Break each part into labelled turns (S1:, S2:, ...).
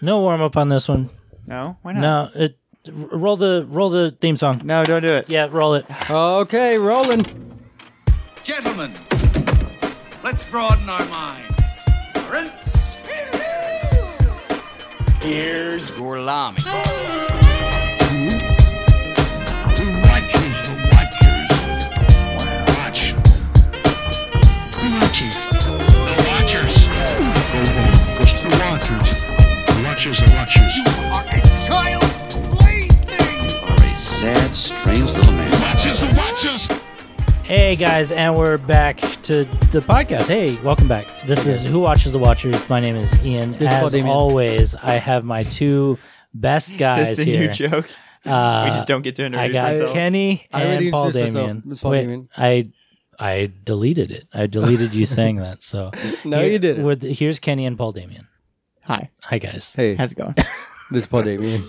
S1: no warm up on this one.
S2: No, why not?
S1: No, it r- roll the roll the theme song.
S2: No, don't do it.
S1: Yeah, roll it.
S3: Okay, rolling.
S4: Gentlemen, let's broaden our minds. Lawrence. Here's Gorlami.
S5: Who watches the watchers? Watch. Who watches? The watchers. Go home. Go to the watchers. The watchers are watchers.
S4: Are a child plaything. You are a sad, strange little man.
S5: Watchers the watchers.
S1: Hey guys, and we're back to the podcast. Hey, welcome back. This is Who Watches the Watchers. My name is Ian.
S3: is
S1: As
S3: Paul Damien.
S1: always, I have my two best
S2: Is
S1: guys
S2: this the
S1: here.
S2: new joke?
S1: Uh,
S2: we just don't get to
S1: I
S2: introduce
S1: got
S2: ourselves.
S1: Kenny
S3: I
S1: and
S3: already
S1: Paul
S3: introduced myself.
S1: Damien.
S3: It's Paul
S1: Wait,
S3: Damien.
S1: I I deleted it. I deleted you saying that. So
S3: No, you didn't.
S1: with- here's Kenny and Paul Damien.
S2: Hi,
S1: Hi guys.
S3: Hey,
S2: how's it going?
S3: this is Paul Damien.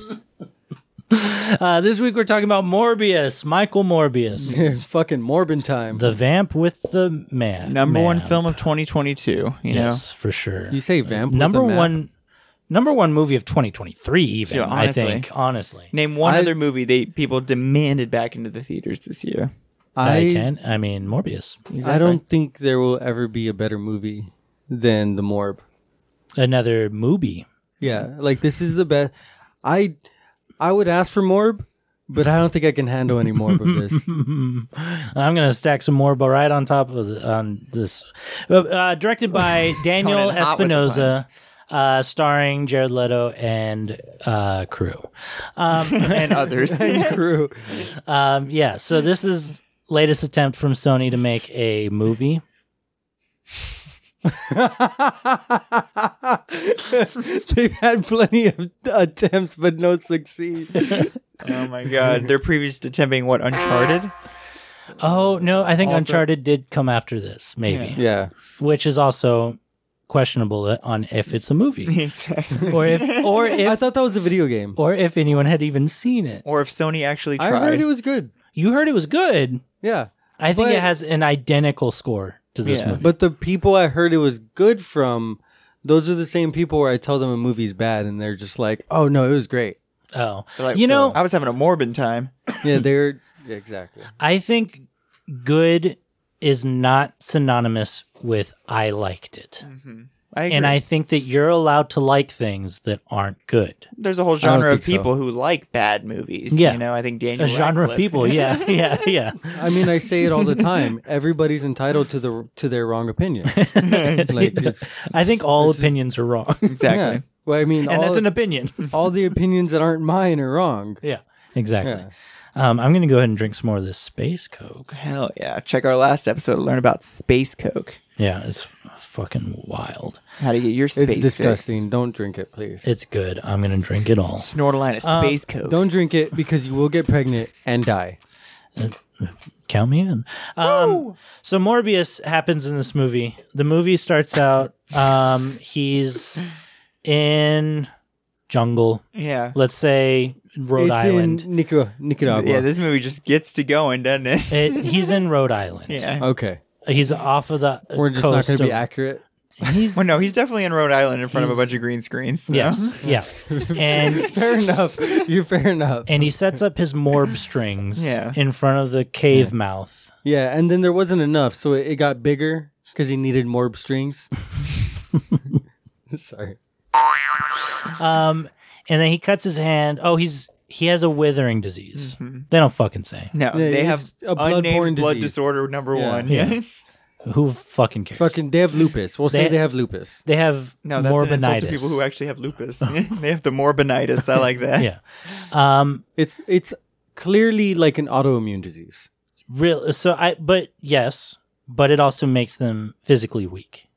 S1: Uh, this week we're talking about Morbius, Michael Morbius,
S3: Fucking Morbin time.
S1: the vamp with the man.
S2: Number one
S1: man.
S2: film of 2022. You
S1: Yes, for sure.
S3: you say vamp? with
S1: number
S3: a map.
S1: one number one movie of 2023 even
S2: Yeah,
S1: i
S2: honestly.
S1: think honestly
S2: know, name one
S3: I-
S2: other movie they people demanded back into the theaters this year.
S1: I,
S3: I,
S1: can i mean morbius
S3: I don't think there will ever be a better movie than the Morb.
S1: another movie
S3: Yeah, like this is the best. I I would ask for Morb, but I don't think I can handle any Morb of this.
S1: i'm gonna stack some more but right on top of the, on this Uh, uh, directed by daniel
S2: Coming in hot with the
S1: espinosa uh, starring jared leto and uh, crew um,
S2: and others.
S3: Crew.
S1: um, yeah so this is latest attempt from sony to make a movie
S3: They've had plenty of attempts, but no succeed.
S2: oh my god, their previous attempting what Uncharted?
S1: oh no i think
S2: Also-
S1: uncharted did come after this maybe
S3: Yeah,
S1: which is also questionable on if it's a movie
S2: exactly.
S1: or if or
S3: I
S1: if
S3: thought that was a video game.
S1: or if anyone had even seen it.
S2: Or if Sony actually
S3: I
S2: tried.
S3: heard it was good.
S1: You heard it was good.
S3: Yeah,
S1: I think it
S3: But-
S1: has an identical score to this
S2: Yeah.
S1: movie.
S3: but the people I heard it was good from, those are the same people where I tell them a movie's bad, and they're just like, "Oh no, it was great."
S1: oh,
S2: They're like,
S1: you know,
S2: I was having a morbid time.
S3: Yeah, they're yeah, exactly.
S1: I think good is not synonymous with I liked it.
S2: I agree.
S1: And I think that you're allowed to like things that aren't good.
S2: there's a whole
S3: don't
S2: genre of
S3: think so.
S2: people who like bad movies.
S1: Yeah.
S2: You know, I think Daniel
S1: A genre of
S2: Radcliffe-
S1: people, yeah, yeah, yeah.
S3: I mean, I say it all the time. Everybody's entitled to the to their wrong opinion. Like it's
S1: I think all opinions are wrong, and
S2: Exactly.
S3: yeah. Well, I mean, all,
S1: that's an opinion.
S3: all the opinions that aren't mine are wrong.
S1: yeah, exactly.
S3: Yeah.
S1: Um, I'm gonna go ahead and drink some more of this space coke.
S2: Hell yeah. Check our last episode to learn about Space Coke.
S1: Yeah, it's fucking wild.
S2: How to get your space
S3: It's
S2: fix.
S3: disgusting. Don't drink it, please.
S1: It's good. I'm gonna drink it all.
S2: Snort a line of Space Coke.
S3: Uh, Don't drink it because you will get pregnant and die.
S1: Count me in. Um, so Morbius happens in this movie. The movie starts out. Um, he's in jungle.
S2: yeah.
S1: Let's say Rhode
S3: it's
S1: Island.
S3: in Nicar- Nicaragua.
S2: Yeah, this movie just gets to going, doesn't it?
S1: It- he's in Rhode Island.
S2: yeah.
S3: okay,
S1: he's off of the
S3: we're just not
S1: coast
S3: going to be
S1: of-
S3: accurate.
S1: He's,
S2: Well, no, he's definitely in Rhode Island in front of a
S1: He's-
S2: bunch of green screens. so.
S1: yes, yeah, and
S3: Fair enough. You're fair enough.
S1: and he sets up his morb strings
S2: Yeah.
S1: in front of the cave mouth.
S3: Yeah, and then there wasn't enough, so it, it got bigger because he needed more strings. Sorry.
S1: Um, and then he cuts his hand. Oh, he's he has a withering disease.
S2: Mm-hmm.
S1: They don't fucking say.
S2: No, they have
S3: it's a bloodborne
S2: unnamed blood
S3: disease.
S2: disorder number
S3: Yeah.
S2: one. Yeah.
S1: Who fucking cares?
S3: Fucking, they have lupus. We'll say
S1: They-
S3: they have lupus.
S1: They have
S2: No, that's an insult to
S1: morbinitis.
S2: people who actually have lupus. they have the morbinitis. I like that.
S1: yeah. Um.
S3: It's it's clearly like an autoimmune disease.
S1: Real. So I. But yes. But it also makes them physically weak.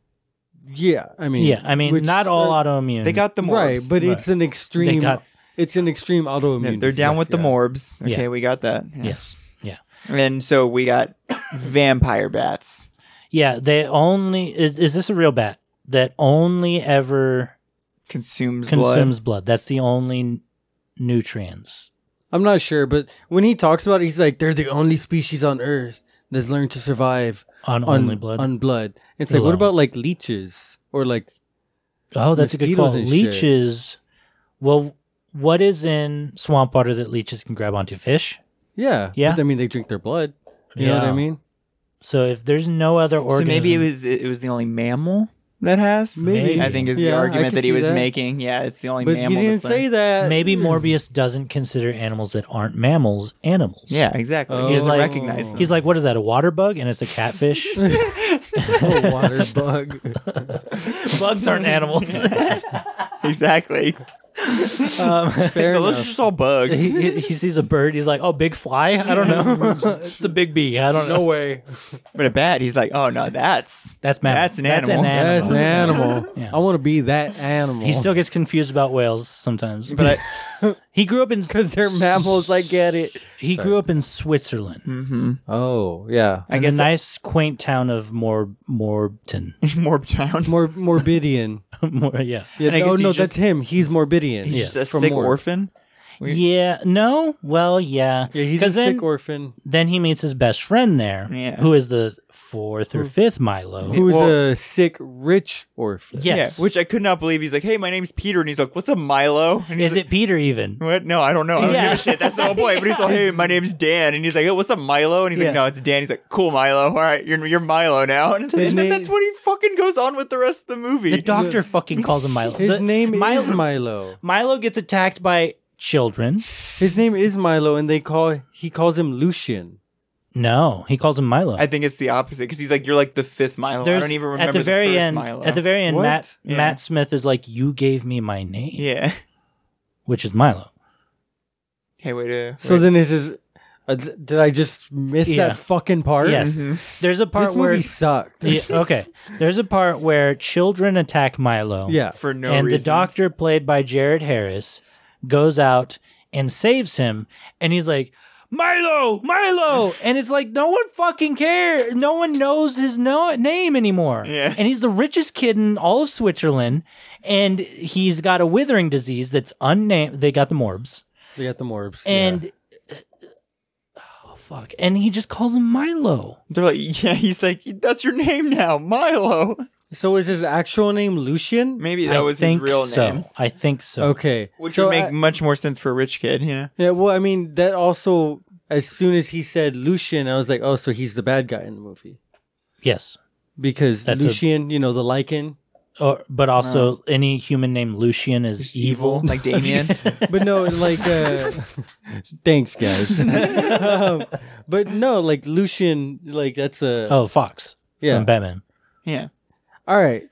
S3: Yeah, I mean,
S1: Yeah. I mean,
S3: which-
S1: not all
S3: uh,
S1: autoimmune.
S2: They got the morbs.
S3: right, but
S1: Right.
S3: it's an extreme.
S1: got-
S3: it's an extreme autoimmune.
S2: Yeah, they're down
S3: disease,
S2: with the
S3: yeah.
S2: morbs. Okay,
S1: Yeah.
S2: we got that. Yeah.
S1: Yes. Yeah.
S2: And so we got vampire bats.
S1: Yeah. They only is is this a real bat that only ever
S2: Consumes,
S1: consumes blood? That's the only n- nutrients.
S3: I'm not sure, but when he talks about it, he's like, "They're the only species on Earth that's learned to survive
S1: On
S3: on
S1: only blood.
S3: On blood. It's like, what
S1: Alone.
S3: about like leeches or like
S1: oh, that's a good
S3: mosquitoes
S1: call.
S3: and shit.
S1: Leeches Well, what is in swamp water that leeches can grab onto fish?
S3: Yeah.
S1: Yeah.
S3: But, I mean, they drink their blood. You know what
S1: Yeah.
S3: I mean?
S1: So if there's no other
S2: So
S1: organism,
S2: maybe it was it was the only mammal that has.
S1: Maybe.
S2: I think is
S3: Yeah,
S2: the
S3: I
S2: argument
S3: could
S2: that he
S3: see
S2: was
S3: that.
S2: making. Yeah, it's the only
S3: But you
S2: mammal.
S3: didn't
S2: that's like-
S3: say that.
S1: maybe
S2: Hmm.
S1: Morbius doesn't consider animals that aren't mammals animals.
S2: Yeah, exactly. he
S3: Oh.
S2: doesn't
S1: Like-
S2: recognize them.
S1: He's like, what is that? A water bug? And it's a catfish.
S3: oh, water bug.
S1: Bugs aren't animals.
S2: exactly.
S1: um,
S3: Fair
S2: so those are
S3: enough.
S2: just all bugs.
S1: he, he sees a bird. He's like, oh, big fly? I don't know. it's a big bee. I don't know.
S3: way.
S2: But a bat, he's like, oh no, that's
S1: That's mammal.
S2: That's an animal.
S3: That's an animal.
S1: Yeah.
S3: I want to be that animal.
S1: He still gets confused about whales sometimes. But
S2: but
S1: he grew up in
S3: because they're mammals. I get it. Mm-hmm.
S1: he grew up in Switzerland.
S2: I, hmm
S3: Oh yeah.
S2: I
S1: in
S2: guess
S1: the nice quaint town of Mor Morbton.
S2: Morb Town.
S3: More morbidian.
S1: Mor- yeah.
S3: Yeah,
S2: And I
S3: no,
S2: guess he
S3: no,
S2: just-
S3: that's him. He's morbidian.
S2: He's just a
S3: From
S2: sick
S3: Morb.
S2: orphan. We-
S1: Yeah. No. Well, yeah.
S3: Yeah, he's a
S1: 'Cause then,
S3: sick orphan.
S1: then he meets his best friend there,
S2: Yeah.
S1: who is the fourth or fifth Milo.
S3: Who is
S2: well-
S3: a sick rich orphan?
S1: yes.
S2: Yeah, which I could not believe. He's like, hey, my name's Peter, and he's like, what's up, Milo? And he's
S1: is
S2: like,
S1: it Peter even?
S2: What? No, I don't know. I don't
S1: Yeah.
S2: give a shit. That's the whole point. But he's like, hey, my name's Dan, and he's like, oh, what's up, Milo? And he's
S1: Yeah.
S2: like, no, it's Dan. He's like, cool, Milo. All right, you're you're Milo now. And,
S3: His
S2: and then
S3: name-
S2: that's what he fucking goes on with the rest of the movie.
S1: The doctor fucking calls him Milo.
S3: His
S1: The-
S3: name
S1: Milo,
S3: is Milo.
S1: Milo gets attacked by children.
S3: His name is Milo, and they call he calls him Lucian.
S1: No, he calls him Milo.
S2: I think it's the opposite because he's like, you're like the fifth Milo. I
S1: There's-
S2: don't even remember
S1: at the very
S2: first
S1: end.
S2: Milo.
S1: At the very end,
S3: What?
S1: Matt
S2: Yeah.
S1: Matt Smith is like, "You gave me my name,"
S2: yeah.
S1: which is Milo.
S2: Hey, wait a
S3: So then is his? Uh, th- did I just miss
S1: Yeah.
S3: that fucking part? Mm-hmm.
S1: Yes,
S2: Mhm.
S1: there's a part
S3: this
S1: where
S3: movie sucked.
S1: Yeah, okay, there's a part where children attack Milo.
S3: yeah.
S2: for no
S1: and
S2: reason.
S1: the doctor played by Jared Harris goes out and saves him, and he's like. Milo, Milo, and it's like no one fucking cares. No one knows his no- name anymore.
S2: Yeah.
S1: and he's the richest kid in all of Switzerland, and he's got a withering disease that's unnamed. They got the morbs,
S3: They got the morbs.
S1: and oh fuck, and he just calls him Milo.
S2: They're like, yeah, he's like, that's your name now, Milo.
S3: yeah. so is his actual name Lucian?
S2: Maybe that
S1: I
S2: was his
S1: think
S2: real
S1: so.
S2: name.
S1: I think so.
S3: Okay,
S2: Which
S3: so
S2: would make
S3: I-
S2: much more sense for a rich kid, you know?
S3: yeah. Well, I mean that also. As soon as he said Lucian, I was like, oh, so he's the bad guy in the movie
S1: Yes,
S3: because
S1: That's a-
S3: Lucian, you know, the lichen.
S1: or, Oh, but also any human named Lucian is evil.
S2: like Damien.
S3: but no, like, uh, thanks, guys. um, but no, like Lucian, like that's a
S1: Oh, Fox
S3: yeah.
S1: from Batman.
S2: yeah.
S3: All right,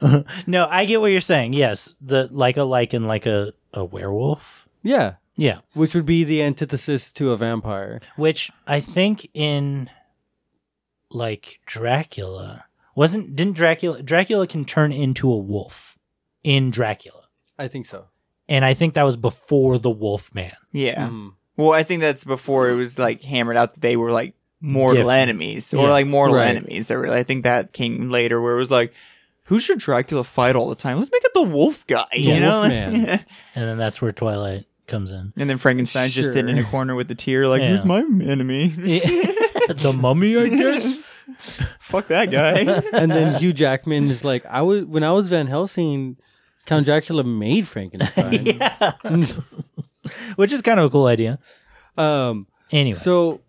S1: No, I get what you're saying. Yes, the like a lichen, like a a werewolf.
S3: yeah,
S1: Yeah,
S3: which would be the antithesis to a vampire.
S1: which I think in like Dracula wasn't didn't Dracula Dracula can turn into a wolf in Dracula,
S3: I think so.
S1: and I think that was before the Wolf Man.
S2: Yeah.
S3: Mm.
S2: Well, I think that's before it was like hammered out that they were like mortal
S1: Different.
S2: enemies or
S1: Yeah.
S2: like mortal
S3: Right.
S2: enemies. Or I think that came later where it was like, who should Dracula fight all the time? Let's make it the wolf guy,
S1: Yeah.
S2: you know?
S3: Wolfman.
S1: And then that's where Twilight comes in.
S2: and then Frankenstein's just sitting in a
S3: Sure.
S2: corner with a tear, like,
S1: Yeah.
S2: who's my enemy?
S1: the mummy, I guess.
S2: Fuck that guy.
S3: and then Hugh Jackman is like, I was when I was Van Helsing, Count Dracula made Frankenstein. Mm.
S1: yeah. Which is kind of a cool idea.
S3: Um,
S1: Anyway,
S3: so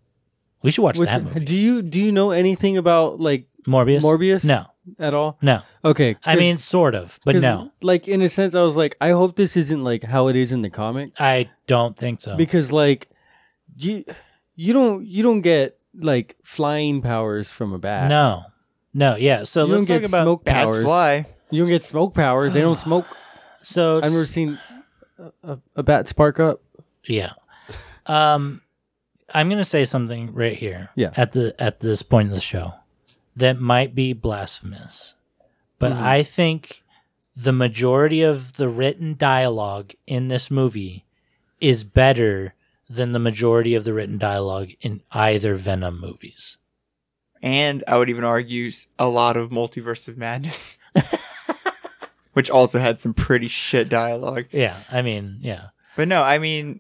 S1: we should watch
S3: what's-
S1: that movie.
S3: do you do you know anything about like
S1: Morbius?
S3: Morbius?
S1: No,
S3: at all?
S1: no.
S3: Okay,
S1: I
S3: 'cause-
S1: mean, sort of, but
S3: 'cause,
S1: no.
S3: Like in a sense, I was like, I hope this isn't like how it is in the comic.
S1: I don't think so.
S3: because like you you don't you don't get like flying powers from a bat.
S1: no. No, yeah. So
S3: you
S1: let's
S3: don't
S1: talk
S3: get
S1: about
S3: smoke
S2: Bats
S3: powers.
S2: fly.
S3: You don't get smoke powers. They don't smoke.
S1: so
S3: I've never seen a, a, a bat spark up.
S1: yeah. Um I'm going to say something right here
S3: Yeah.
S1: at the at this point in the show that might be blasphemous. But
S3: Mm-hmm.
S1: I think the majority of the written dialogue in this movie is better than the majority of the written dialogue in either Venom movies.
S2: And I would even argue s- a lot of Multiverse of Madness, which also had some pretty shit dialogue.
S1: Yeah, I mean, yeah.
S2: But no, I mean,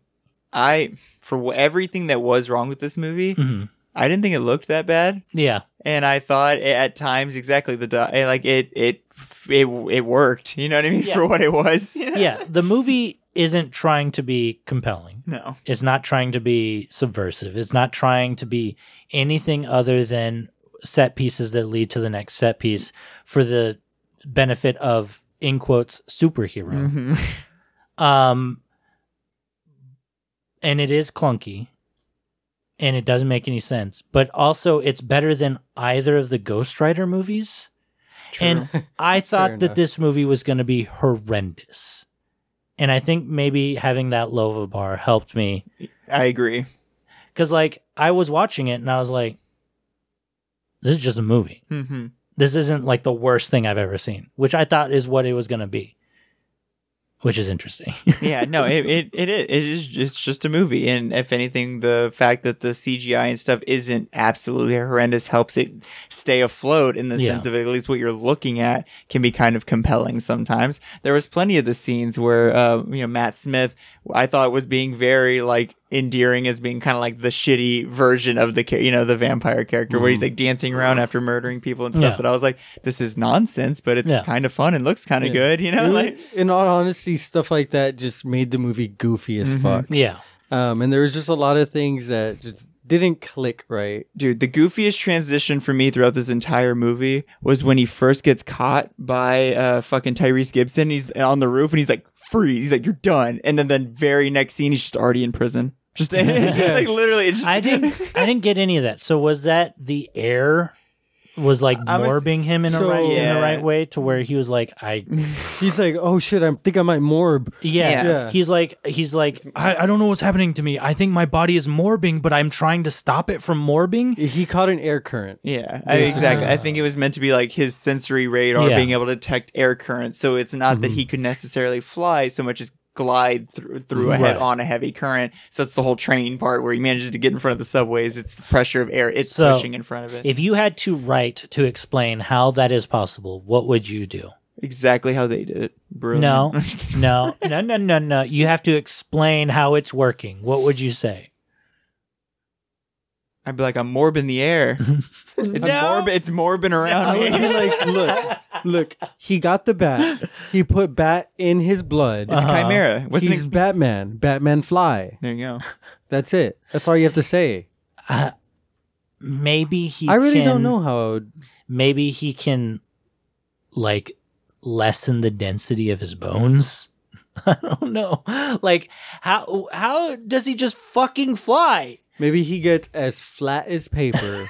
S2: I for wh- everything that was wrong with this movie,
S1: hmm
S2: I didn't think it looked that bad,
S1: Yeah.
S2: and I thought it, at times exactly the di- eh, like it it it it worked. You know what I mean
S1: Yeah.
S2: for what it was.
S1: yeah, the movie isn't trying to be compelling.
S2: No.
S1: It's not trying to be subversive. It's not trying to be anything other than set pieces that lead to the next set piece for the benefit of in quotes superhero.
S2: Mhm.
S1: Um and it is clunky and it doesn't make any sense, but also it's better than either of the Ghost Rider movies. And I thought that
S3: enough.
S1: this movie was going to be horrendous. And I think maybe having that low of a bar helped me
S2: I agree.
S1: because like I was watching it and I was like, this is just a movie.
S2: hmm
S1: This isn't like the worst thing I've ever seen, which I thought is what it was going to be, which is interesting.
S2: Yeah, no, it, it it is it is it's just a movie, and if anything, the fact that the CGI and stuff isn't absolutely horrendous helps it stay afloat in the
S1: Yeah.
S2: sense of at least what you're looking at can be kind of compelling sometimes. There was plenty of the scenes where uh, you know Matt Smith, I thought was being very like endearing as being kind of like the shitty version of the cha- you know the vampire character where he's like dancing around after murdering people and stuff.
S1: Mm. Yeah.
S2: And I was like, this is nonsense, but it's
S1: Yeah.
S2: kind of fun and looks kind of good, you know,
S3: Really,
S2: like.
S3: in all honesty, stuff like that just made the movie goofy as
S1: Mm-hmm.
S2: Mhm.
S3: fuck.
S1: yeah.
S3: Um, and there was just a lot of things that just didn't click right.
S2: dude, the goofiest transition for me throughout this entire movie was when he first gets caught by uh fucking Tyrese Gibson. He's on the roof and he's like, freeze. He's like, you're done. And then the very next scene, he's just already in prison. Just like literally, it's just,
S1: I didn't. I didn't get any of that. So was that the air was like
S2: I was-
S1: morbing him in a
S3: so-
S1: right in
S2: Yeah.
S1: the right way to where he was like, I
S3: He's like, "Oh shit, I think I might morb."
S1: yeah.
S3: Yeah.
S1: He's like he's like I, I don't know what's happening to me. I think my body is morbing, but I'm trying to stop it from morbing.
S3: He caught an air current.
S2: Yeah, I- exactly. I think it was meant to be like his sensory radar
S1: Yeah.
S2: being able to detect air current. So it's not that he could necessarily fly so much as glide through through a head
S1: Right.
S2: on a heavy current. So it's the whole train part where he manages to get in front of the subways. It's the pressure of air. It's
S1: So,
S2: pushing in front of it.
S1: If you had to write to explain how that is possible, what would you do?
S2: exactly how they did it. Brilliant.
S1: No, no, no, no, no, no. You have to explain how it's working. What would you say?
S2: I'd be like, I'm morbing the air. it's morb. It's morbing around
S3: I would be
S2: me.
S3: like, "Look, look, he got the bat. He put bat in his blood.
S1: Uh, Uh-huh.
S2: It's chimera. What's
S3: He's
S2: it?
S3: Batman. Batman fly.
S2: There you go.
S3: That's it. That's all you have to say."
S1: Maybe he.
S3: I really
S1: can,
S3: don't know how. I would-
S1: Maybe he can, like, lessen the density of his bones. I don't know. Like, how how does he just fucking fly?
S3: Maybe he gets as flat as paper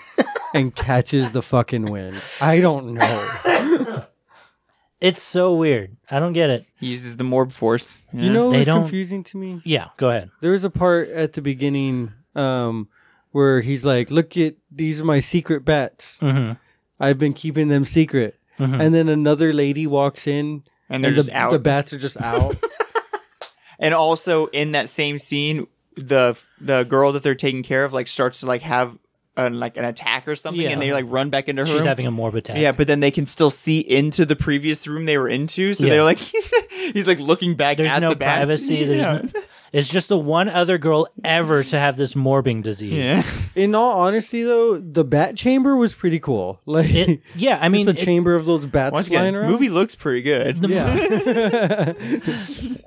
S3: and catches the fucking wind. I don't know.
S1: It's so weird. I don't get it.
S2: He uses the morb force.
S3: You know
S1: They
S3: what's
S1: don't-
S3: confusing to me?
S1: Yeah, go ahead.
S3: There was a part at the beginning um, where he's like, "Look at these are my secret bats.
S1: Mm-hmm.
S3: I've been keeping them secret."
S1: Mhm.
S3: And then another lady walks in,
S2: Mm-hmm. and they're
S3: and
S2: just
S3: the,
S2: out.
S3: the bats are just out.
S2: And also in that same scene, the the girl that they're taking care of like starts to like have an, like an attack or something,
S1: Yeah.
S2: and they like run back into her.
S1: She's
S2: room.
S1: having a morbid attack.
S2: yeah, but then they can still see into the previous room they were into, so
S1: Yeah.
S2: they're like, he's like looking back
S1: There's
S2: at
S1: no
S2: the bats.
S1: privacy. There's
S2: yeah.
S1: no- it's just the one other girl ever to have this morbing disease.
S2: yeah.
S3: in all honesty, though, the bat chamber was pretty cool. Like,
S1: It, yeah, I mean,
S3: it's a
S1: it-
S3: chamber of those bats
S2: Once
S3: flying
S2: again,
S3: around.
S2: movie looks pretty good.
S3: yeah.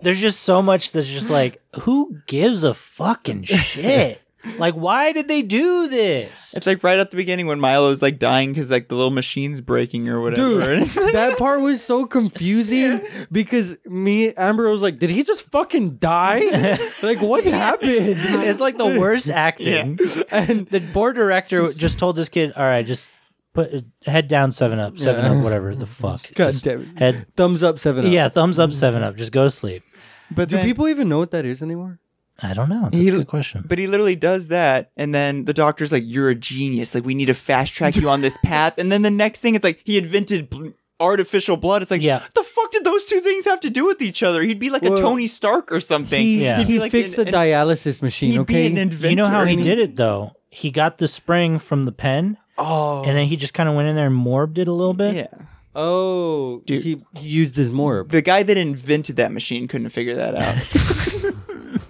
S1: there's just so much that's just like, who gives a fucking shit? like, why did they do this?
S2: It's like right at the beginning when Milo's like dying because like the little machine's breaking or whatever.
S3: Dude, that part was so confusing because me, Amber was like, "Did he just fucking die? like, what happened?"
S1: It's like the worst acting. And the board director just told this kid, "All right, just put head down, seven up, seven up, whatever the fuck."
S3: God
S1: Just
S3: damn it.
S1: Head,
S3: Thumbs up, seven up.
S1: yeah, thumbs up, seven up. Just go to sleep.
S2: but
S3: Do
S2: then-
S3: people even know what that is anymore?
S1: I don't know. That's
S2: He-
S1: a good question.
S2: But he literally does that, and then the doctor's like, "You're a genius. Like we need to fast track you on this path." And then the next thing, it's like he invented bl- artificial blood. It's like,
S1: Yeah.
S2: the fuck did those two things have to do with each other? He'd be like a
S3: Well,
S2: Tony Stark or something.
S3: He,
S1: Yeah.
S2: He'd be
S3: he
S2: like
S3: fixed
S2: an-
S3: the
S2: an-
S3: dialysis machine,
S2: He'd
S3: okay?
S2: be an inventor.
S1: You know how he did it though. He got the spring from the pen,
S3: oh.
S1: and then he just kind of went in there and morbed it a little bit.
S2: Yeah,
S3: oh.
S2: Dude.
S3: He, he used his morb.
S2: the guy that invented that machine couldn't figure that out.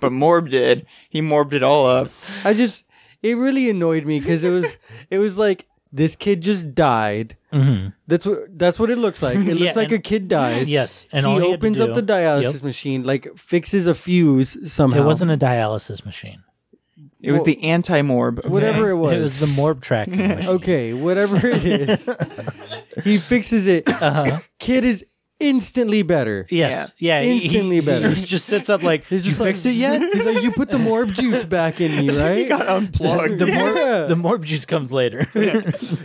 S2: But Morb did. He morbed it all up.
S3: I just it really annoyed me because it was it was like this kid just died.
S2: Mm-hmm.
S1: Mhm.
S3: That's what that's what it looks like. It
S1: Yeah,
S3: looks like
S1: and-
S3: a kid dies.
S1: Yes, and
S3: he
S1: all he had to
S3: opens up
S1: do-
S3: the dialysis
S1: Yep.
S3: machine, like fixes a fuse somehow.
S1: It wasn't a dialysis machine.
S2: It was
S3: Well-
S2: the anti morb.
S3: whatever it was.
S1: It was the morb tracking machine.
S3: okay, whatever it is. he fixes it.
S1: Uh-huh.
S3: Kid is instantly better.
S1: Yes. Yeah. he- he-
S3: Instantly better.
S1: He just sits up like,
S3: He's
S1: you
S3: just like-
S1: fixed it yet?
S3: He's like, you put the morb juice back in me, right?
S2: Got unplugged.
S1: The
S3: Yeah.
S1: morb, the morb juice comes later.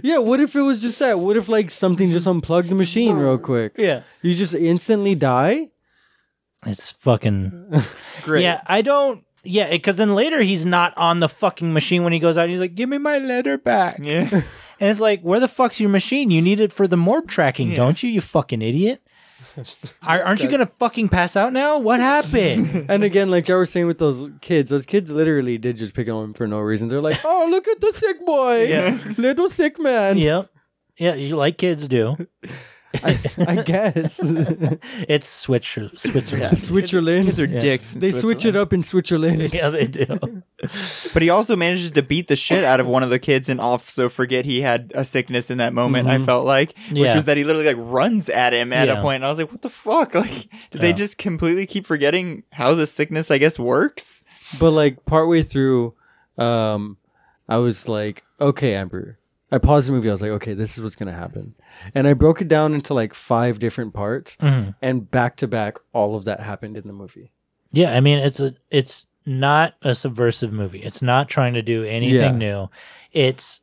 S3: yeah. What if it was just that? What if like something just unplugged the machine real quick?
S1: yeah.
S3: You just instantly die.
S1: It's fucking.
S2: Great.
S1: Yeah, I don't. Yeah, because then later he's not on the fucking machine when he goes out. He's like, "Give me my letter back,"
S2: Yeah.
S1: and it's like, "Where the fuck's your machine? You need it for the morb tracking,
S2: Yeah.
S1: don't you? You fucking idiot! Are, aren't you gonna fucking pass out now? What happened?
S3: And again, like I was saying with those kids, those kids literally did just pick on him for no reason. They're like, "Oh, look at the sick boy,
S1: Yeah.
S3: little sick man."
S1: yep, yeah, you like kids do.
S3: I, I guess
S1: It's switch Switzerland.
S3: Switzerland.
S2: Kids are
S1: Yeah.
S2: dicks. in
S3: they switch it
S2: Switzerland.
S3: up in Switzerland.
S1: Yeah, they do.
S2: But he also manages to beat the shit out of one of the kids and also forget he had a sickness in that moment, I felt like. Which
S1: Yeah.
S2: was that he literally like runs at him at
S1: Yeah.
S2: a point and I was like, What the fuck? Like did
S1: Yeah.
S2: they just completely keep forgetting how this sickness I guess works?
S3: But like partway through, um, I was like, "Okay, Amber." I paused the movie. I was like, "Okay, this is what's gonna happen," and I broke it down into like five different parts,
S1: Mhm.
S3: and back to back, all of that happened in the movie.
S1: Yeah, I mean it's a it's not a subversive movie. It's not trying to do anything new. It's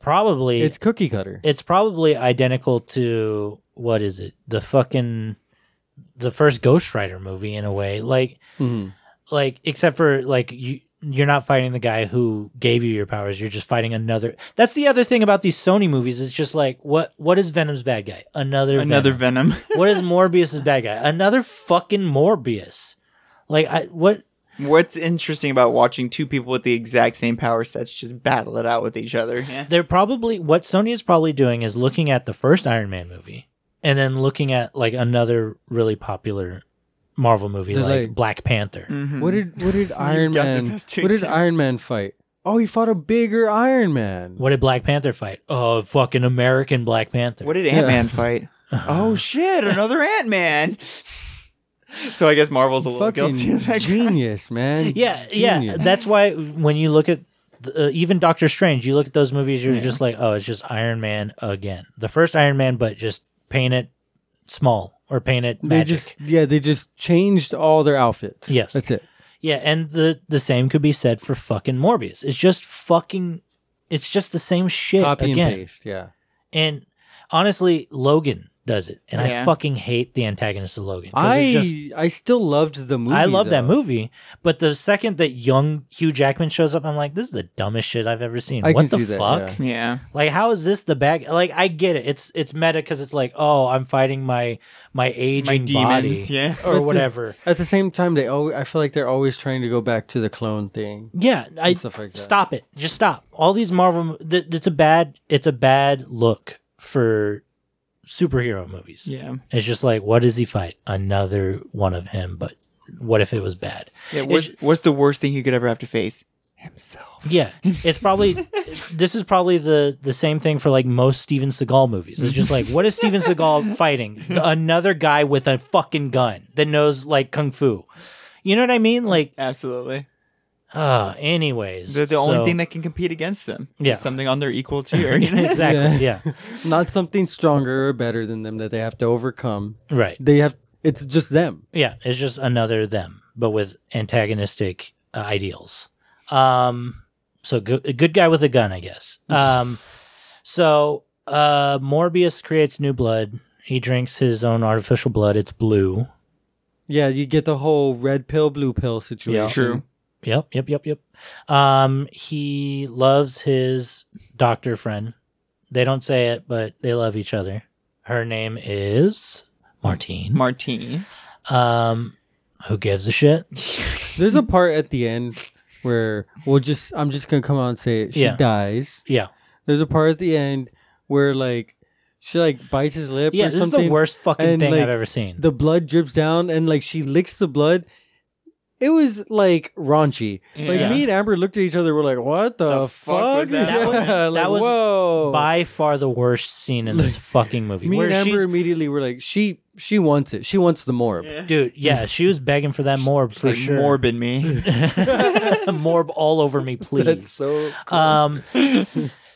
S1: probably
S3: It's cookie cutter.
S1: it's probably identical to what is it? The fucking the first Ghost Rider movie in a way. Like
S3: Mhm.
S1: like except for like you you're not fighting the guy who gave you your powers. You're just fighting another. That's the other thing about these Sony movies. It's just like what what is Venom's bad guy? Another
S2: Another
S1: Venom
S2: venom.
S1: what is Morbius's bad guy? Another fucking Morbius. Like I what
S2: What's interesting about watching two people with the exact same power sets just battle it out with each other? Yeah.
S1: they're probably what Sony is probably doing is looking at the first Iron Man movie and then looking at like another really popular Marvel movie
S3: They're
S1: like,
S3: like- Mm.
S1: Black Panther.
S2: Mm-hmm.
S3: What did what did Iron
S2: Hmm. got the
S3: Man? What
S2: best two
S3: did
S2: examples.
S3: Iron Man fight? Oh, he fought a bigger Iron Man.
S1: What did Black Panther fight? Oh, fucking American Black Panther.
S2: What did Ant Man fight? Oh shit, another Ant Man. So I guess Marvel's a little
S3: Fucking
S2: guilty of that.
S3: genius, man.
S1: yeah, yeah.
S3: Genius.
S1: That's why when you look at the, uh, even Doctor Strange, you look at those movies, you're just like, oh, it's just Iron Man again. The first Iron Man, but just paint it small or paint it
S3: they
S1: magic.
S3: just yeah they just changed all their outfits.
S1: Yes.
S3: that's it.
S1: Yeah, and the the same could be said for fucking Morbius. It's just fucking it's just the same shit
S3: Copy
S1: again.
S3: and paste. Yeah,
S1: And honestly, Logan does it. And I
S2: Yeah.
S1: fucking hate the antagonist of Logan. 'cause
S3: I
S1: it's just-
S3: I still loved the movie.
S1: I love that
S3: though.
S1: movie, but the second that young Hugh Jackman shows up, I'm like, this is the dumbest shit I've ever seen.
S3: I
S1: what
S3: can
S1: the
S3: see that,
S1: fuck?
S3: yeah.
S2: Yeah.
S1: Like, how is this the bag? Like, I get it. It's it's meta because it's like, oh, I'm fighting my my aging body
S2: demons, yeah.
S1: or whatever.
S3: At the same time, they always, I feel like they're always trying to go back to the clone thing.
S1: Yeah, I
S3: stuff like that.
S1: stop it. Just stop. All these Marvel. mo- Th- it's a bad. It's a bad look for superhero movies.
S2: Yeah.
S1: It's just like, what does he fight? Another one of him. But what if it was bad?
S2: yeah what's, what's the worst thing he could ever have to face? Himself.
S1: Yeah, it's probably. this is probably the the same thing for like most Steven Seagal movies. It's just like, what is Steven Seagal fighting? Another guy with a fucking gun that knows like kung fu. You know what I mean? Like,
S2: Absolutely.
S1: uh, anyways,
S2: They're the only
S1: so-
S2: thing that can compete against them.
S1: Yeah.
S2: Something on their equal tier. you know?
S1: exactly. yeah,
S3: Not something stronger or better than them that they have to overcome.
S1: right.
S3: They have it's just them.
S1: Yeah, it's just another them, but with antagonistic uh, ideals. Um, so go- a good guy with a gun, I guess.
S3: Mm.
S1: Um, so uh, Morbius creates new blood. He drinks his own artificial blood. It's blue.
S3: Yeah, you get the whole red pill, blue pill situation.
S2: True.
S1: Yep, yep, yep, yep. Um, he loves his doctor friend. They don't say it, but they love each other. Her name is Martine.
S2: Martini.
S1: Um, who gives a shit?
S3: There's a part at the end where we'll just I'm just gonna come out and say it. She
S1: Yeah.
S3: dies.
S1: Yeah,
S3: There's a part at the end where like she like bites his lip
S1: yeah.
S3: or
S1: This is
S3: something.
S1: the worst fucking
S3: and,
S1: thing
S3: like,
S1: I've ever seen.
S3: The blood drips down and like she licks the blood it was like raunchy.
S2: Yeah.
S3: Like me and Amber looked at each other. We're like, "What the,
S2: The fuck
S3: fuck?"
S2: was that?
S1: That was- that
S3: like,
S1: was
S3: whoa.
S1: By far the worst scene in this fucking movie.
S3: me
S1: where
S3: and Amber
S1: she's,
S3: immediately were like, "She she wants it. She wants the morb."
S1: dude, yeah, she was begging for that morb for
S2: like
S1: sure.
S2: morbid me.
S1: morb all over me, please.
S3: That's so.
S1: Um,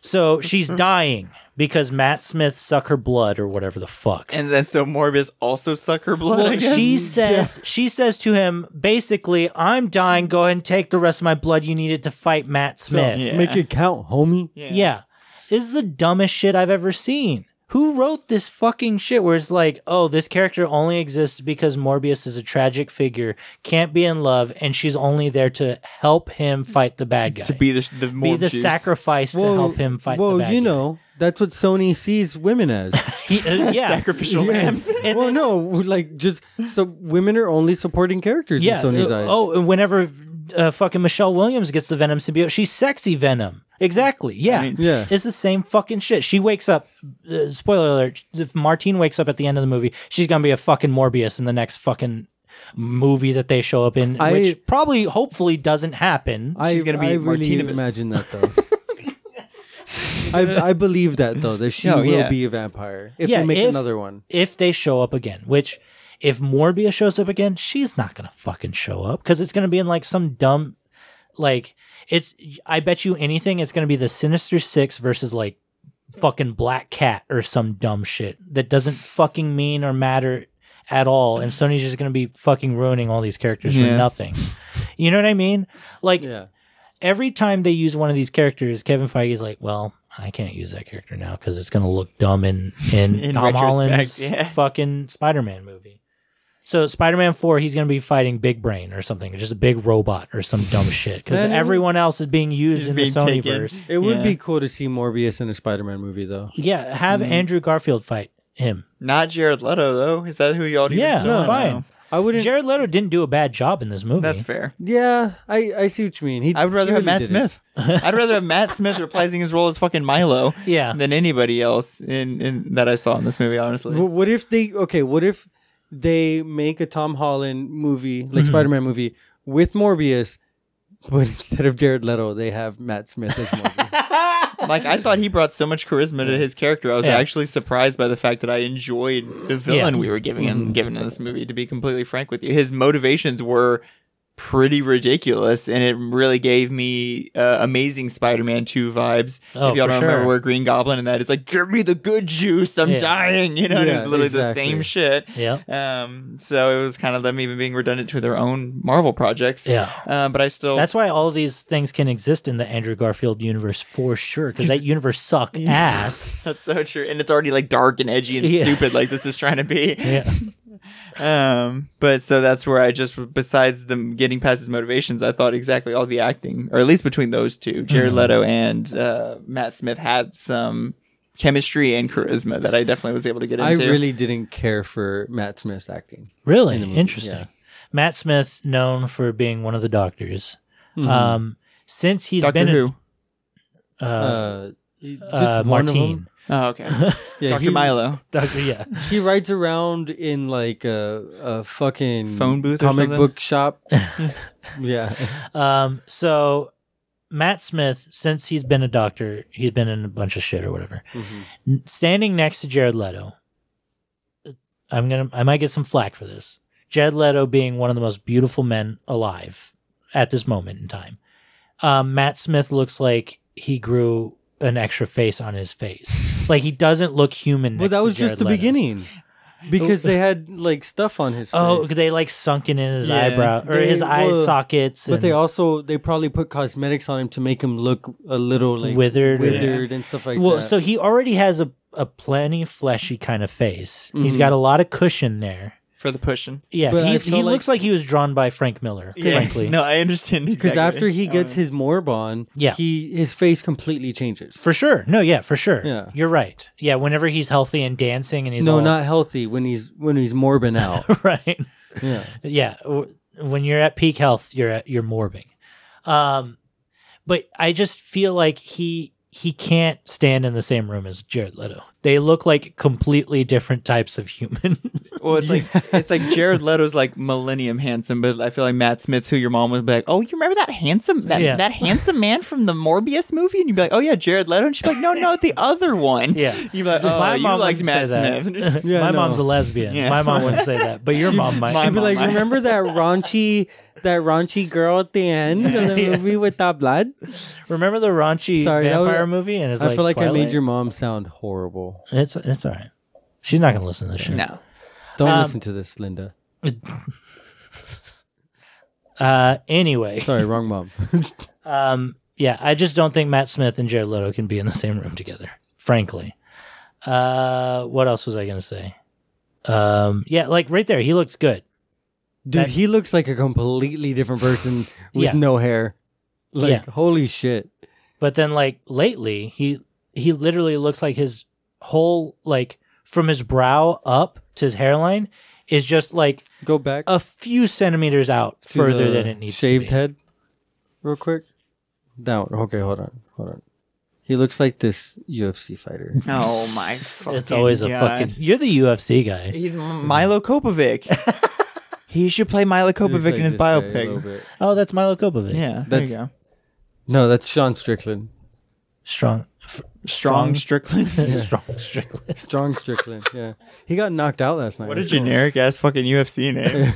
S1: so she's dying because Matt Smith suck her blood or whatever the fuck.
S2: and then so Morbius also suck her blood. I
S1: Well,
S2: guess?
S1: she says she says to him basically, "I'm dying. Go ahead and take the rest of my blood. You needed to fight Matt Smith."
S2: Yeah.
S3: Make it count, homie.
S1: yeah. this is the dumbest shit I've ever seen. Who wrote this fucking shit? Where it's like, oh, this character only exists because Morbius is a tragic figure, can't be in love, and she's only there to help him fight the bad guy.
S2: to be the the
S1: be
S2: morb
S1: the
S2: juice.
S1: sacrifice to help him fight.
S3: Well,
S1: the bad
S3: you
S1: guy.
S3: know, that's what Sony sees women as.
S1: He- uh, yeah,
S2: sacrificial lambs.
S1: And
S3: well,
S1: then-
S3: no, like just so women are only supporting characters
S1: yeah.
S3: in Sony's
S1: uh,
S3: eyes.
S1: Oh, and whenever uh, fucking Michelle Williams gets the Venom symbiote, she's sexy Venom. Exactly. Yeah.
S2: mean-
S3: Yeah.
S1: It's the same fucking shit. She wakes up. Uh, spoiler alert: If Martine wakes up at the end of the movie, she's gonna be a fucking Morbius in the next fucking movie that they show up in,
S3: I-
S1: which probably, hopefully, doesn't happen.
S3: I,
S2: she's gonna be
S3: I really
S2: Martinibus.
S3: imagine that though. I, I believe that though that she
S2: No,
S3: will
S2: Oh, yeah.
S3: be a vampire if
S1: Yeah,
S3: they make
S1: if-
S3: another one.
S1: if they show up again, which if Morbius shows up again, she's not gonna fucking show up because it's gonna be in like some dumb, like it's. I bet you anything, it's gonna be the Sinister Six versus like fucking Black Cat or some dumb shit that doesn't fucking mean or matter at all, and Sony's just gonna be fucking ruining all these characters
S2: Yeah.
S1: for nothing. You know what I mean? Like
S3: Yeah,
S1: every time they use one of these characters, Kevin Feige's like, "Well, I can't use that character now because it's going to look dumb in in,
S2: In
S1: Tom
S2: retrospect,
S1: Holland's
S2: yeah.
S1: fucking Spider-Man movie." So Spider-Man Four, he's going to be fighting Big Brain or something, just a big robot or some dumb shit because
S3: Man, it would-
S1: everyone else is being used
S2: He's
S1: in the
S2: being
S1: Sony
S2: taken.
S1: verse.
S3: it would
S2: Yeah.
S3: be cool to see Morbius in a Spider-Man movie though.
S1: Yeah, have
S2: Mm-hmm.
S1: Andrew Garfield fight him.
S2: Not Jared Leto though. Is that who y'all? even
S1: Yeah,
S2: still know?
S1: fine.
S3: I wouldn't.
S1: Jared Leto didn't do a bad job in this movie.
S2: That's fair.
S3: yeah, I, I see what you mean. He,
S2: I would rather
S3: he
S2: have
S3: really
S2: Matt
S3: did it.
S2: Smith. I'd rather have Matt Smith reprising his role as fucking Milo
S1: Yeah.
S2: than anybody else in, in that I saw in this movie. Honestly,
S3: Wh- What if they okay? What if they make a Tom Holland movie,
S2: Mm-hmm.
S3: like Spider-Man movie, with Morbius, but instead of Jared Leto, they have Matt Smith as Morbius?
S2: like I thought he brought so much charisma to his character. I was
S1: Yeah.
S2: actually surprised by the fact that I enjoyed the villain
S1: Yeah. Mm-hmm.
S2: we were giving him given in this movie. To be completely frank with you, his motivations were pretty ridiculous, and it really gave me uh, amazing Spider-Man Two vibes.
S1: Oh,
S2: if y'all
S1: for
S2: don't remember
S1: sure.
S2: where Green Goblin and that, it's like give me the good juice. I'm
S1: Yeah.
S2: dying. You know, and it
S3: Yeah,
S2: was literally the
S3: exactly.
S2: same shit.
S1: Yeah.
S2: Um, so it was kind of them even being redundant to their own Marvel projects.
S1: Yeah.
S2: Uh, but I still
S1: That's why all these things can exist in the Andrew Garfield universe for sure, because that universe sucked ass.
S2: That's so true. And it's already like dark and edgy and
S1: Yeah.
S2: stupid like this is trying to be.
S1: Yeah.
S2: Um but so that's where I just besides them getting past his motivations, I thought exactly all the acting, or at least between those two,
S1: Mm-hmm.
S2: Jared Leto and uh, Matt Smith had some chemistry and charisma that I definitely was able to get
S3: I
S2: into.
S3: really didn't care for Matt Smith's acting.
S1: Really
S3: in the movie,
S1: interesting.
S3: yeah.
S1: Matt Smith, known for being one of the doctors,
S3: Mm-hmm.
S1: um, since he's
S2: Doctor
S1: been in-
S2: Who.
S1: uh,
S3: Uh, just
S1: uh,
S3: one of them.
S1: Martine,
S2: Oh, okay.
S3: Yeah,
S2: Dr.
S3: he-
S2: Milo.
S1: Doctor, yeah,
S3: He rides around in like a, a fucking
S2: Phone booth or
S3: comic
S2: something?
S3: book shop. yeah,
S1: um, so Matt Smith, since he's been a doctor, he's been in a bunch of shit or whatever. N- Standing next to Jared Leto, I'm gonna, I might get some flack for this. Jared Leto being one of the most beautiful men alive at this moment in time. Um, Matt Smith looks like he grew an extra face on his face. Like he doesn't look human.
S3: well,
S1: next
S3: that
S1: to
S3: was
S1: Jared
S3: just the
S1: Leto.
S3: beginning because they had like stuff on his.
S1: Oh,
S3: face.
S1: they like sunk in his
S2: Yeah.
S1: eyebrow or
S3: They
S1: his eye
S3: were-
S1: sockets.
S3: But
S1: and-
S3: they also they probably put cosmetics on him to make him look a little like
S1: Withered or-
S3: withered and stuff like
S1: well,
S3: that.
S1: so he already has a a plenty fleshy kind of face. He's
S3: Mhm.
S1: got a lot of cushion there.
S2: For the pushing.
S1: Yeah,
S3: But
S1: he,
S3: I
S1: he
S3: feel like-
S1: looks like he was drawn by Frank Miller. Frankly,
S2: No, I understand exactly.
S3: because after he gets his morb on,
S1: Yeah.
S3: he his face completely changes.
S1: for sure. No, yeah, for sure.
S3: Yeah.
S1: you're right. Yeah, whenever he's healthy and dancing and he's
S3: no,
S1: all-
S3: not healthy when he's when he's morbing out.
S1: right.
S3: yeah,
S1: yeah w- when you're at peak health you're at, you're morbing um but i just feel like he he can't stand in the same room as Jared Leto. They look like completely different types of human.
S2: Well, it's like it's like Jared Leto's like millennium handsome, but I feel like Matt Smith's who your mom would be like, oh, you remember that handsome that
S1: Yeah.
S2: that handsome man from the Morbius movie, and you'd be like, oh yeah, Jared Leto, and she'd be like, no, no, the other one.
S1: Yeah.
S2: you'd be like, oh, you liked Matt Smith.
S3: Yeah,
S1: My
S3: no.
S1: mom's a lesbian.
S2: Yeah.
S1: My mom wouldn't say that, but your mom might.
S2: my
S3: I'd be
S2: mom-
S3: like,
S2: my-
S3: remember that raunchy, that raunchy girl at the end of the movie with that blood?
S1: Remember the raunchy
S3: Sorry, that was-
S1: vampire movie? And it's
S3: I
S1: like
S3: feel like I made
S1: Twilight?
S3: your mom sound horrible.
S1: It's it's all right. She's not gonna listen to this shit.
S2: no,
S3: Don't
S1: Um,
S3: listen to this, Linda.
S1: Uh, anyway,
S3: Sorry, wrong mom.
S1: um, yeah, I just don't think Matt Smith and Jared Leto can be in the same room together. Frankly, uh, what else was I gonna say? Um, yeah, like right there, he looks good.
S3: Dude,
S1: That-
S3: he looks like a completely different person with
S1: Yeah.
S3: no hair. Like,
S1: Yeah.
S3: holy shit.
S1: But then like lately, he he literally looks like his whole like from his brow up to his hairline is just like
S3: Go back
S1: a few centimeters out
S3: to
S1: further
S3: the
S1: than it needs
S3: shaved
S1: to be.
S3: head, real quick. Down. Okay, hold on, hold on. He looks like this UFC fighter.
S2: oh my, fucking
S1: It's always a
S2: God.
S1: fucking. You're the UFC guy.
S2: He's M- Milo Kopovic. he should play Milo
S3: He looks
S2: Kopovic
S3: like
S2: in his
S3: this guy a little
S2: biopic.
S3: bit.
S1: Oh, that's Milo Kopovic.
S2: Yeah, there
S3: That's-
S2: you go.
S3: No, that's Sean Strickland.
S1: strong, f-
S2: Strong Strickland.
S1: strong Strickland.
S3: Strong Strickland. Yeah, he got knocked out last night.
S2: what a generic ass fucking UFC name.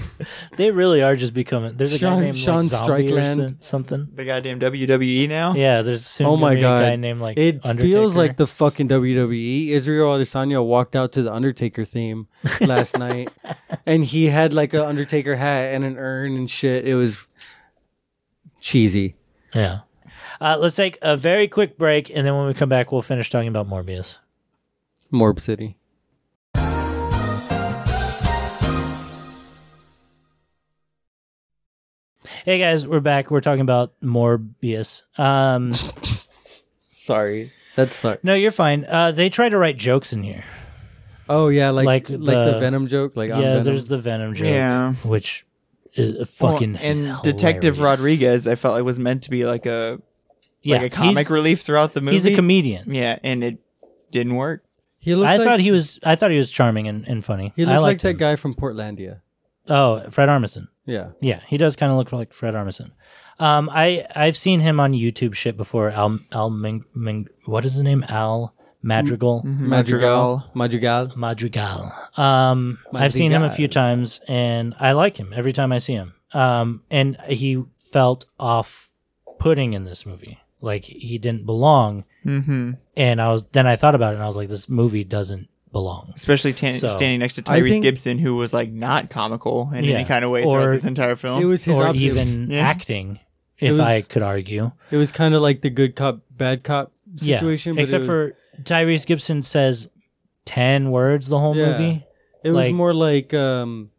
S1: They really are just becoming. There's a
S3: Sean-
S1: guy named
S3: Sean
S1: like, Zombie or
S3: Strickland.
S1: so- something.
S2: the goddamn WWE now.
S1: Yeah, there's soon
S3: Oh
S1: gonna
S3: my
S1: be
S3: god!
S1: a guy named like
S3: it feels
S1: Undertaker.
S3: like the fucking WWE. Israel Adesanya walked out to the Undertaker theme last night, and he had like an Undertaker hat and an urn and shit. It was cheesy.
S1: yeah. Uh, let's take a very quick break, and then when we come back, we'll finish talking about Morbius.
S3: Morb City.
S1: Hey guys, we're back. We're talking about Morbius. Um,
S3: Sorry, that sucks.
S1: no, you're fine. Uh, they try to write jokes in here.
S3: Oh yeah, like
S1: Like
S3: like, the,
S1: the-
S3: Venom joke. Like
S1: Yeah,
S3: I'm Venom.
S1: there's the Venom joke,
S2: Yeah.
S1: which is a
S2: Well,
S1: fucking
S3: Oh,
S2: and Detective
S1: hilarious.
S2: Rodriguez, I felt like was meant to be like a
S1: Yeah,
S2: like a comic
S1: he's-
S2: relief throughout the movie.
S1: He's a comedian.
S2: Yeah, and it didn't work.
S3: he looked
S1: I
S3: like,
S1: thought he was. I thought he was charming and, and funny.
S3: he
S1: I
S3: looked like
S1: liked
S3: that
S1: him.
S3: guy from Portlandia.
S1: Oh, Fred Armisen.
S3: Yeah,
S1: Yeah, he does kind of look like Fred Armisen. Um, I I've seen him on YouTube shit before. Al Al Ming, Ming what is his name? Al Madrigal.
S2: Mm-hmm.
S3: Madrigal. Madrigal.
S1: Madrigal. Um, I've seen him a few times, and I like him every time I see him. Um, and he felt off-putting in this movie, like he didn't belong.
S2: Mm-hmm.
S1: And I was then I thought about it, and I was like, this movie doesn't belong.
S2: Especially tan-
S1: So,
S2: standing next to
S3: I
S2: Tyrese
S3: think-
S2: Gibson, who was like not comical in
S1: Yeah,
S2: any kind of way
S1: or-
S2: throughout this entire film.
S3: It was his
S1: or
S3: opposite.
S1: even
S2: Yeah.
S1: acting, if
S3: was-
S1: I could argue.
S3: It was kind of like the good cop, bad cop situation.
S1: yeah,
S3: but
S1: except
S3: it was,
S1: for Tyrese Gibson says ten words the whole
S3: Yeah.
S1: movie.
S3: it was
S1: like-
S3: more like um,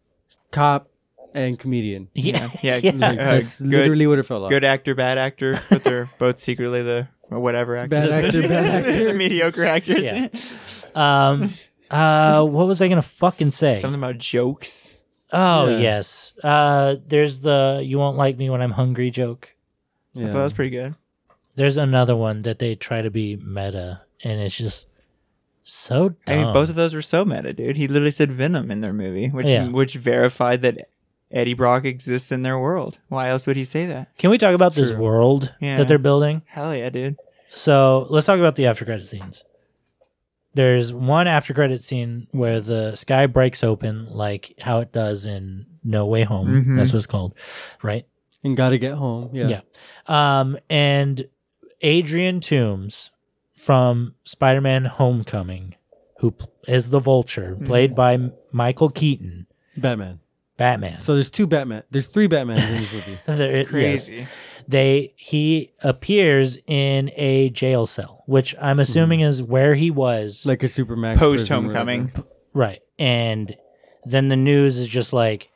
S3: cop and comedian.
S1: Yeah,
S2: Yeah,
S1: yeah,
S3: Like,
S2: Uh,
S3: that's
S2: good-
S3: literally what it felt like.
S2: Good actor, bad actor, but they're both secretly the or whatever actor.
S3: Bad actor, bad actor.
S2: mediocre actors.
S1: Yeah. Um, uh, what was I gonna fucking say?
S2: Something about jokes.
S1: Oh
S3: Yeah.
S1: yes. Uh, there's the "you won't like me when I'm hungry" joke.
S2: I
S3: Yeah.
S2: thought that was pretty good.
S1: There's another one that they try to be meta, and it's just so dumb.
S2: I mean, both of those were so meta, dude. He literally said Venom in their movie, which
S1: Yeah.
S2: which verified that Eddie Brock exists in their world. Why else would he say that?
S1: Can we talk about this
S3: True.
S1: world
S2: Yeah.
S1: that they're building?
S2: Hell yeah, dude.
S1: So let's talk about the after credit scenes. There's one after credit scene where the sky breaks open, like how it does in No Way Home.
S2: Mhm.
S1: That's what it's called, right?
S3: and gotta get home. Yeah.
S1: Yeah. Um, and Adrian Toomes from Spider Man Homecoming, who p- is the vulture, played by M- Michael Keaton,
S3: Batman.
S1: Batman.
S3: So there's two Batman. There's three Batmans in this movie.
S1: There- yes.
S2: Crazy.
S1: They he appears in a jail cell, which I'm assuming is where he was.
S3: Like a Supermax.
S2: Post
S3: prison or
S2: homecoming.
S3: whatever.
S1: Right. And then the news is just like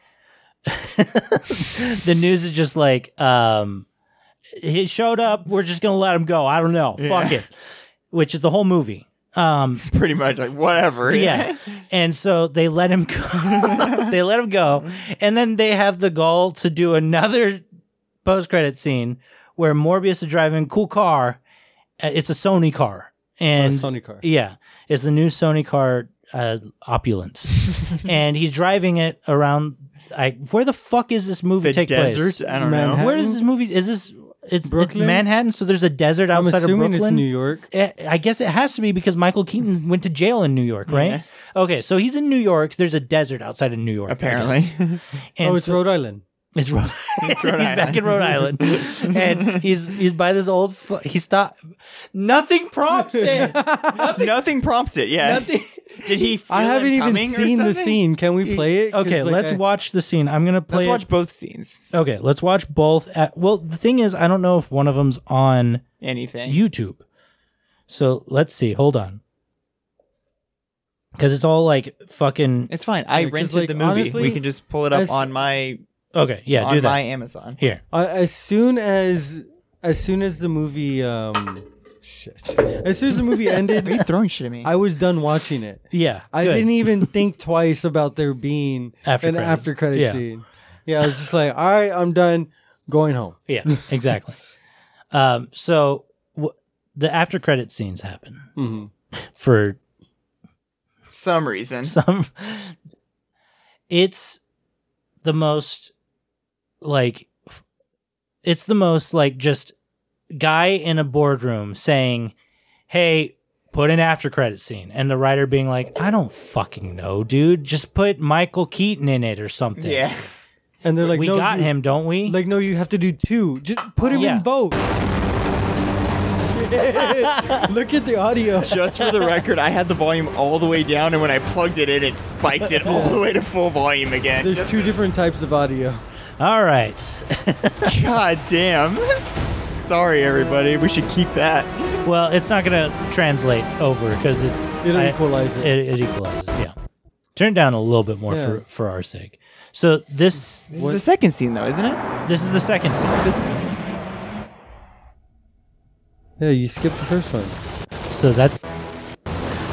S1: the news is just like um he showed up, we're just going to let him go. I don't know. Fuck
S2: Yeah.
S1: it. Which is the whole movie. Um
S2: Pretty much like whatever.
S1: yeah. And so they let him go. they let him go. And then they have the gall to do another post credit scene where Morbius is driving a cool car uh, it's a Sony car, and
S3: Oh, Sony car.
S1: yeah, it's the new Sony car uh, opulence, and he's driving it around. I where the fuck is this movie
S2: The
S1: take
S2: desert?
S1: place?
S2: I don't
S3: Manhattan?
S2: know.
S1: Where does this movie? Is this it's, it's
S3: Brooklyn?
S1: Manhattan? So there's a desert
S3: I'm
S1: outside of
S3: assuming
S1: Brooklyn.
S3: it's New York.
S1: Eh, I guess it has to be because Michael Keaton went to jail in New York, right?
S2: Yeah.
S1: Okay, so he's in New York. There's a desert outside of New York, I
S2: Apparently.
S1: guess. And
S3: oh, it's
S1: so-
S3: Rhode Island.
S1: it's Rhode,
S2: It's Rhode
S1: he's back in Rhode Island, and he's he's by this old. Fu- he stopped. Nothing prompts it.
S2: Nothing prompts it. Yeah.
S1: Nothing.
S2: Did he? Feel
S3: I haven't
S2: it
S3: even
S2: coming or
S3: seen the
S2: something?
S3: scene. Can we play it? 'Cause,
S1: Okay,
S3: like,
S1: let's
S3: I-
S1: watch the scene. I'm gonna play.
S2: Let's
S1: it-
S2: watch both scenes.
S1: Okay, let's watch both. At, well, the thing is, I don't know if one of them's on
S2: Anything.
S1: YouTube. So let's see. Hold on, because it's all like fucking.
S2: It's fine. I
S3: Yeah, 'cause,
S2: rented
S3: like,
S2: the movie.
S3: honestly,
S2: we can just pull it up
S3: as-
S2: on my
S1: Okay, yeah,
S2: on
S1: do that
S2: my Amazon.
S1: here.
S3: Uh, as soon as, as soon as the movie, um, shit. As soon as the movie
S2: Are you
S3: ended,
S2: throwing shit at me?
S3: I was done watching it.
S1: Yeah,
S3: I
S1: good.
S3: didn't even think twice about there being
S1: After
S3: an
S1: credits.
S3: after credit
S1: Yeah.
S3: scene. Yeah, I was just like, all right, I'm done, going home.
S1: Yeah, exactly. um, so w- the after credit scenes happen
S3: Mhm.
S1: for
S2: some reason.
S1: some. It's the most like f- it's the most like just guy in a boardroom saying, "Hey, put an after credit scene," and the writer being like, "I don't fucking know, dude. Just put Michael Keaton in it or something."
S2: Yeah.
S3: And they're like,
S1: we
S3: no,
S1: got
S3: you-
S1: him, don't we?
S3: Like, no, you have to do two. Just put him
S1: Yeah.
S3: in both. Look at the audio.
S2: Just for the record, I had the volume all the way down, and when I plugged it in, it spiked it all the way to full volume again.
S3: There's two different types of audio.
S1: All right.
S2: God damn. Sorry, everybody. We should keep that.
S1: Well, it's not going to translate over because it's
S3: It'll equalize it.
S1: It, it equalizes, yeah. Turn it down a little bit more
S3: Yeah.
S1: for for our sake. So this
S2: This is the second scene, though, isn't it?
S1: this is the second scene.
S2: This,
S3: Yeah, you skipped the first one.
S1: So that's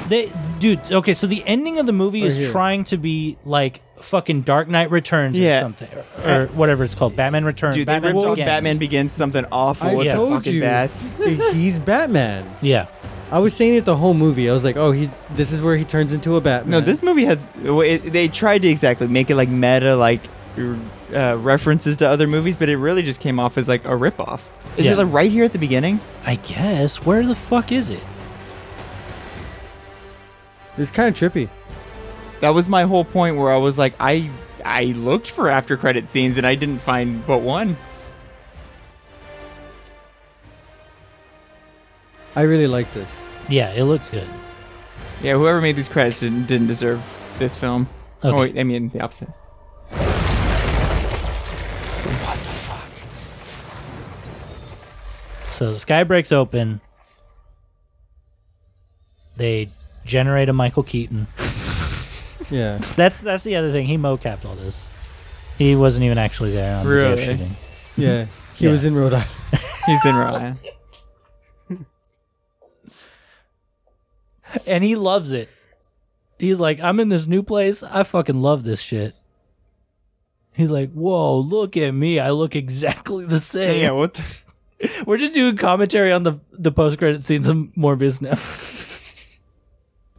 S1: they dude. Okay, so the ending of the movie
S3: Right
S1: is
S3: here.
S1: trying to be like fucking Dark Knight Returns or
S2: Yeah.
S1: something or, or whatever it's called, Batman Returns.
S2: dude, they
S1: Batman
S2: ripped off
S1: Begins.
S2: Batman Begins something awful
S3: I
S2: with Oh, the
S3: told
S2: fucking
S3: you,
S2: bats.
S3: he's Batman.
S1: Yeah,
S3: I was saying it the whole movie. I was like, oh, he's this is where he turns into a Batman.
S2: No, this movie has. It, they tried to exactly make it like meta, like uh, references to other movies, but it really just came off as like a ripoff. Is
S1: Yeah.
S2: it like right here at the beginning?
S1: I guess. Where the fuck is it?
S3: it's kind of trippy.
S2: That was my whole point where I was like, I I looked for after credit scenes and I didn't find but one.
S3: I really like this.
S1: Yeah, it looks good.
S2: Yeah, whoever made these credits didn't, didn't deserve this film.
S1: Okay.
S2: Oh, wait, I mean the opposite.
S1: So the sky breaks open. They generate a Michael Keaton.
S3: Yeah.
S1: That's that's the other thing. He mocapped all this. He wasn't even actually there on the day
S2: Really?
S1: of shooting.
S3: Yeah. He
S1: Yeah.
S3: was in Rhode Island.
S2: He's in Ryan.
S1: And he loves it. He's like, I'm in this new place. I fucking love this shit. He's like, whoa, look at me. I look exactly the same.
S2: yeah, what? The,
S1: We're just doing commentary on the the post credit scenes of Morbius now.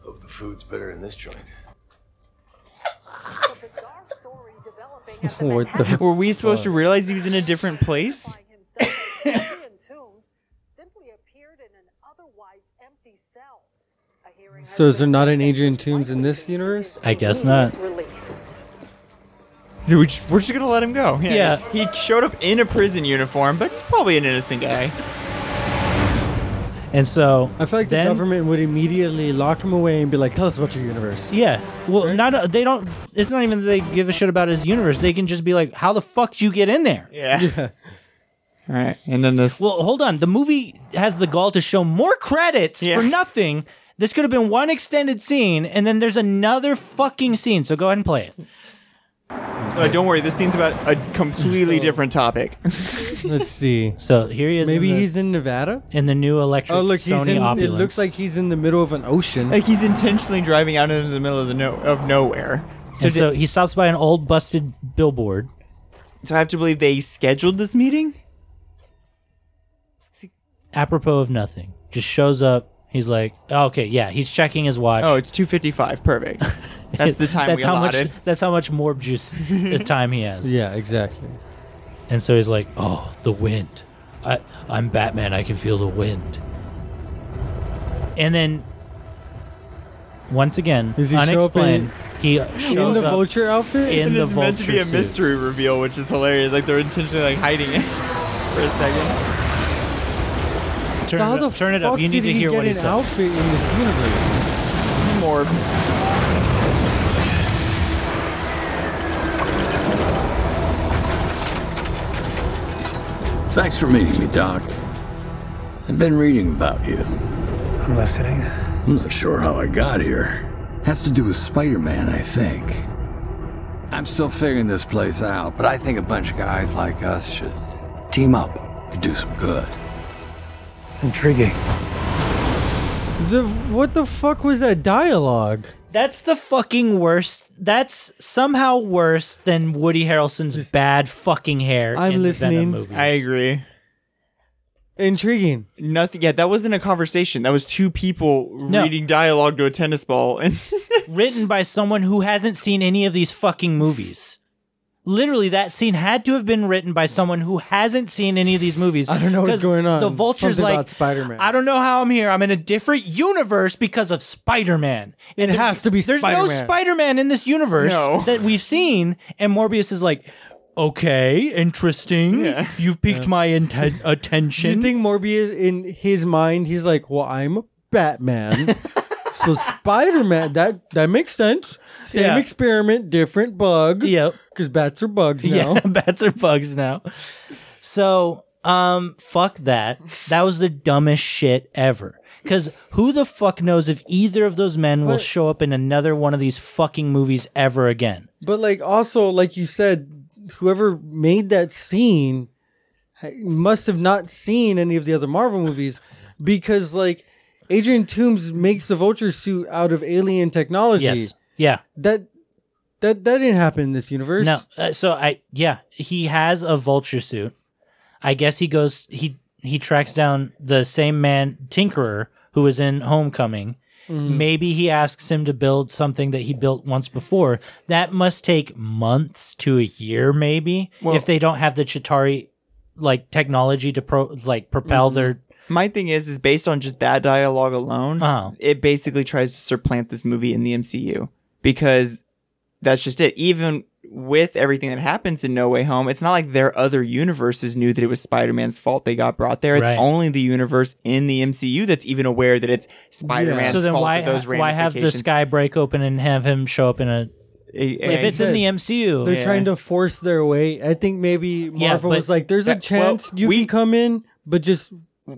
S6: Hope the food's better in this joint.
S7: bizarre story developing at the
S3: What the-
S2: were we supposed to realize he was in a different place?
S7: by himself in Indian tombs simply appeared in an otherwise empty cell. A hearing
S3: So
S7: has
S3: is there
S7: been
S3: not an
S7: set
S3: Adrian
S7: for
S3: Toomes in this
S7: Michael
S3: universe?
S7: Keaton's
S1: I guess not.
S7: immediate Release.
S2: Dude, we just, we're just gonna let him go.
S1: Yeah.
S2: He showed up in a prison uniform, but probably an innocent guy.
S1: And so
S3: I feel like
S1: then-
S3: the government would immediately lock him away and be like, "Tell us about your universe."
S1: Yeah. Well, not they don't. It's not even that they give a shit about his universe. They can just be like, "How the fuck did you get in there?"
S2: Yeah. All right, and then this.
S1: Well, hold on. The movie has the gall to show more credits
S2: Yeah.
S1: for nothing. This could have been one extended scene, and then there's another fucking scene. So go ahead and play it.
S2: Uh, don't worry, this scene's about a completely
S3: So-
S2: different topic.
S3: Let's see.
S1: So here he is.
S3: Maybe
S1: in the,
S3: he's in Nevada.
S1: in the new electric
S3: Oh, look, he's
S1: Sony
S3: in.
S1: Opulence.
S3: It looks like he's in the middle of an ocean.
S2: like he's intentionally driving out into the middle of the no- of nowhere. So,
S1: And so
S2: did-
S1: he stops by an old busted billboard.
S2: so I have to believe they scheduled this meeting.
S1: apropos of nothing. just shows up. He's like, oh, okay, yeah, he's checking his watch.
S2: Oh, it's two fifty five. Perfect. That's the time we
S1: how
S2: allotted.
S1: much. That's how much morb juice the time he has.
S3: Yeah, exactly.
S1: And so he's like, "Oh, the wind. I I'm Batman. I can feel the wind." And then once again,
S3: Does he show up in-
S1: unexplained, he shows
S3: In the
S1: up
S3: vulture outfit?
S1: in
S2: And
S1: the
S2: it's meant to be
S1: vulture
S2: a
S1: suit.
S2: mystery reveal, which is hilarious. Like they're intentionally like hiding it for a second.
S1: Turn it up. Turn it up. You need to hear what he says.
S3: outfit in this universe?
S2: More.
S8: Thanks for meeting me, Doc. I've been reading about you.
S6: I'm listening.
S8: I'm not sure how I got here. Has to do with Spider Man, I think. I'm still figuring this place out, but I think a bunch of guys like us should team up and do some good.
S6: Intriguing.
S3: The, what the fuck was that dialogue?
S1: That's the fucking worst. That's somehow worse than Woody Harrelson's bad fucking hair
S3: I'm
S1: in the Venom
S3: listening.
S1: movies.
S2: I agree.
S3: Intriguing.
S2: Nothing. Yeah, that wasn't a conversation. That was two people
S1: No.
S2: reading dialogue to a tennis ball. And
S1: Written by someone who hasn't seen any of these fucking movies. Literally, that scene had to have been written by someone who hasn't seen any of these movies.
S3: I don't know what's
S1: 'Cause
S3: going on.
S1: The vulture's
S3: Something
S1: like
S3: about Spider-Man.
S1: I don't know how I'm here. I'm in a different universe because of Spider-Man.
S3: It has to be
S1: There's no
S3: Spider-Man.
S1: Spider-Man in this universe
S2: No.
S1: that we've seen. And Morbius is like, okay, interesting.
S2: Yeah.
S1: You've piqued my inten-
S3: Do
S1: attention.
S3: you think Morbius, in his mind, he's like, well, I'm Batman. so Spider Man, that, that makes sense. Same
S1: Yeah.
S3: experiment, different bug.
S1: Yep.
S3: Because bats are bugs now.
S1: Yeah, bats are bugs now. So, um, fuck that. That was the dumbest shit ever. Because who the fuck knows if either of those men will
S3: But-
S1: show up in another one of these fucking movies ever again?
S3: But like also, like you said, whoever made that scene ha- must have not seen any of the other Marvel movies because like Adrian Toomes makes the vulture suit out of alien technology.
S1: Yes. Yeah.
S3: That that that didn't happen in this universe.
S1: No. Uh, so I yeah, he has a vulture suit. I guess he goes he he tracks down the same man Tinkerer who was in Homecoming.
S2: Mm-hmm.
S1: Maybe he asks him to build something that he built once before. That must take months to a year maybe if they don't have the Chitari like technology to pro like
S2: Mm-hmm.
S1: propel their
S2: my thing is, is based on just that dialogue alone,
S1: Uh-huh.
S2: it basically tries to supplant this movie in the MCU because that's just it. Even with everything that happens in No Way Home, it's not like their other universes knew that it was Spider Man's fault they got brought there. It's
S1: Right.
S2: only the universe in the MCU that's even aware that it's Spider Man's
S1: so then
S2: fault.
S1: why
S2: that those
S1: why have the
S2: ramifications-
S1: sky break open and have him show up in a
S2: Eh, eh,
S1: if it's in the MCU
S3: They're
S2: Oh, Yeah.
S3: trying to force their way. I think maybe
S1: Yeah,
S3: Marvel
S1: but
S3: was like, "There's a
S2: that- well,
S3: chance you
S2: we-
S3: can come in, but just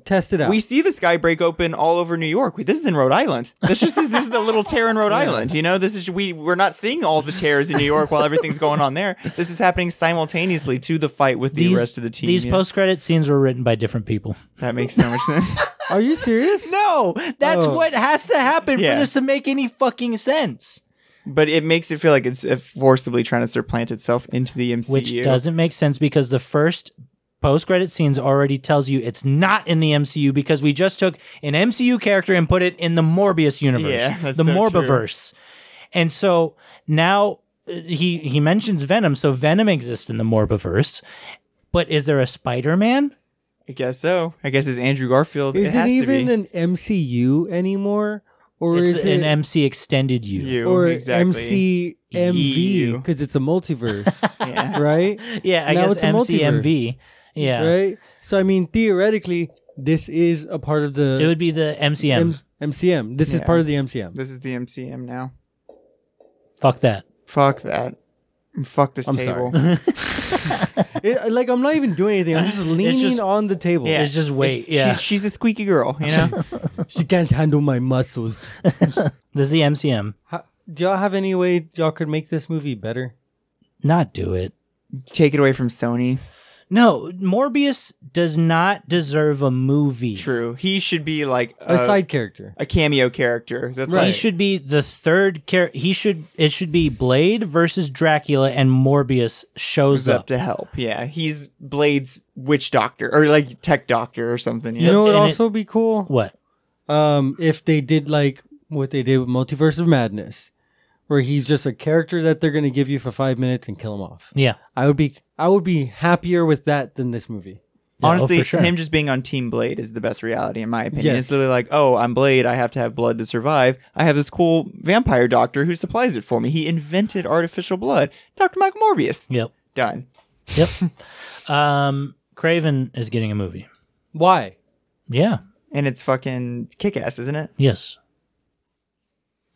S3: test it out."
S2: We see the sky break open all over New York. This is in Rhode Island. This just is this is the little tear in Rhode Island. You know, this is we we're not seeing all the tears in New York while everything's going on there. This is happening simultaneously to the fight with the
S1: these,
S2: rest of the team.
S1: these
S2: yeah.
S1: post-credit scenes were written by different people.
S2: that makes so much sense.
S3: Are you serious?
S1: No, that's
S3: Oh.
S1: what has to happen
S2: Yeah.
S1: for this to make any fucking sense.
S2: but it makes it feel like it's uh, forcibly trying to supplant itself into the MCU.
S1: Which doesn't make sense because the first post credit scenes already tells you it's not in the MCU because we just took an MCU character and put it in the Morbius universe,
S2: Yeah, that's
S1: the
S2: so true.
S1: Morbiverse. And so now uh, he he mentions Venom, so Venom exists in the Morbiverse. But is there a Spider-Man?
S2: I guess so. I guess it's Andrew Garfield.
S3: Is
S2: it
S3: it,
S2: has
S3: even
S2: to
S3: an MCU anymore, or
S1: It's
S3: is
S1: an
S3: it
S1: MC extended
S2: be
S1: you.
S2: you
S3: or
S2: exactly.
S3: MC
S2: EU.
S3: MV because it's a multiverse,
S2: Yeah.
S3: right?
S1: Yeah, I
S3: Now
S1: guess
S3: it's a
S1: MCMV. Yeah.
S3: Right. So I mean, theoretically, this is a part of the
S1: It would be the MCM.
S3: M- MCM. This is
S2: Yeah.
S3: part of the MCM.
S2: This is the MCM now.
S1: Fuck that.
S2: Fuck that. Fuck this
S3: I'm
S2: table.
S3: It- like I'm not even doing anything. I'm just leaning
S1: just-
S3: on the table.
S2: Yeah.
S1: It's just wait.
S2: She-
S1: yeah.
S2: she's a squeaky girl, you know.
S3: She can't handle my muscles.
S1: This is the MCM.
S3: How- Uh, do y'all have any way y'all could make this movie better?
S1: Not do it.
S2: Take it away from Sony.
S1: No, Morbius does not deserve a movie.
S2: True. He should be like
S3: A
S2: a,
S3: side character.
S2: a cameo character. That's
S1: He
S2: like,
S1: should be the third character. He should. It should be Blade versus Dracula, and Morbius shows
S2: he's up
S1: up.
S2: to help. Yeah, he's Blade's witch doctor or like tech doctor or something.
S3: You
S2: Yeah.
S3: know, it'd
S1: and it-
S3: also be cool
S1: what?
S3: um, if they did like what they did with Multiverse of Madness, where he's just a character that they're going to give you for five minutes and kill him off.
S1: Yeah.
S3: I would be I would be happier with that than this movie.
S1: Yeah, oh,
S2: Honestly,
S1: for sure.
S2: him just being on Team Blade is the best reality in my opinion.
S3: Yes.
S2: It's literally like, oh, I'm Blade. I have to have blood to survive. I have this cool vampire doctor who supplies it for me. He invented artificial blood. Doctor Mike Morbius.
S1: Yep.
S2: Done.
S1: Yep. um, Craven is getting a movie.
S3: Why?
S1: Yeah.
S2: And it's fucking kick ass, isn't it?
S1: Yes.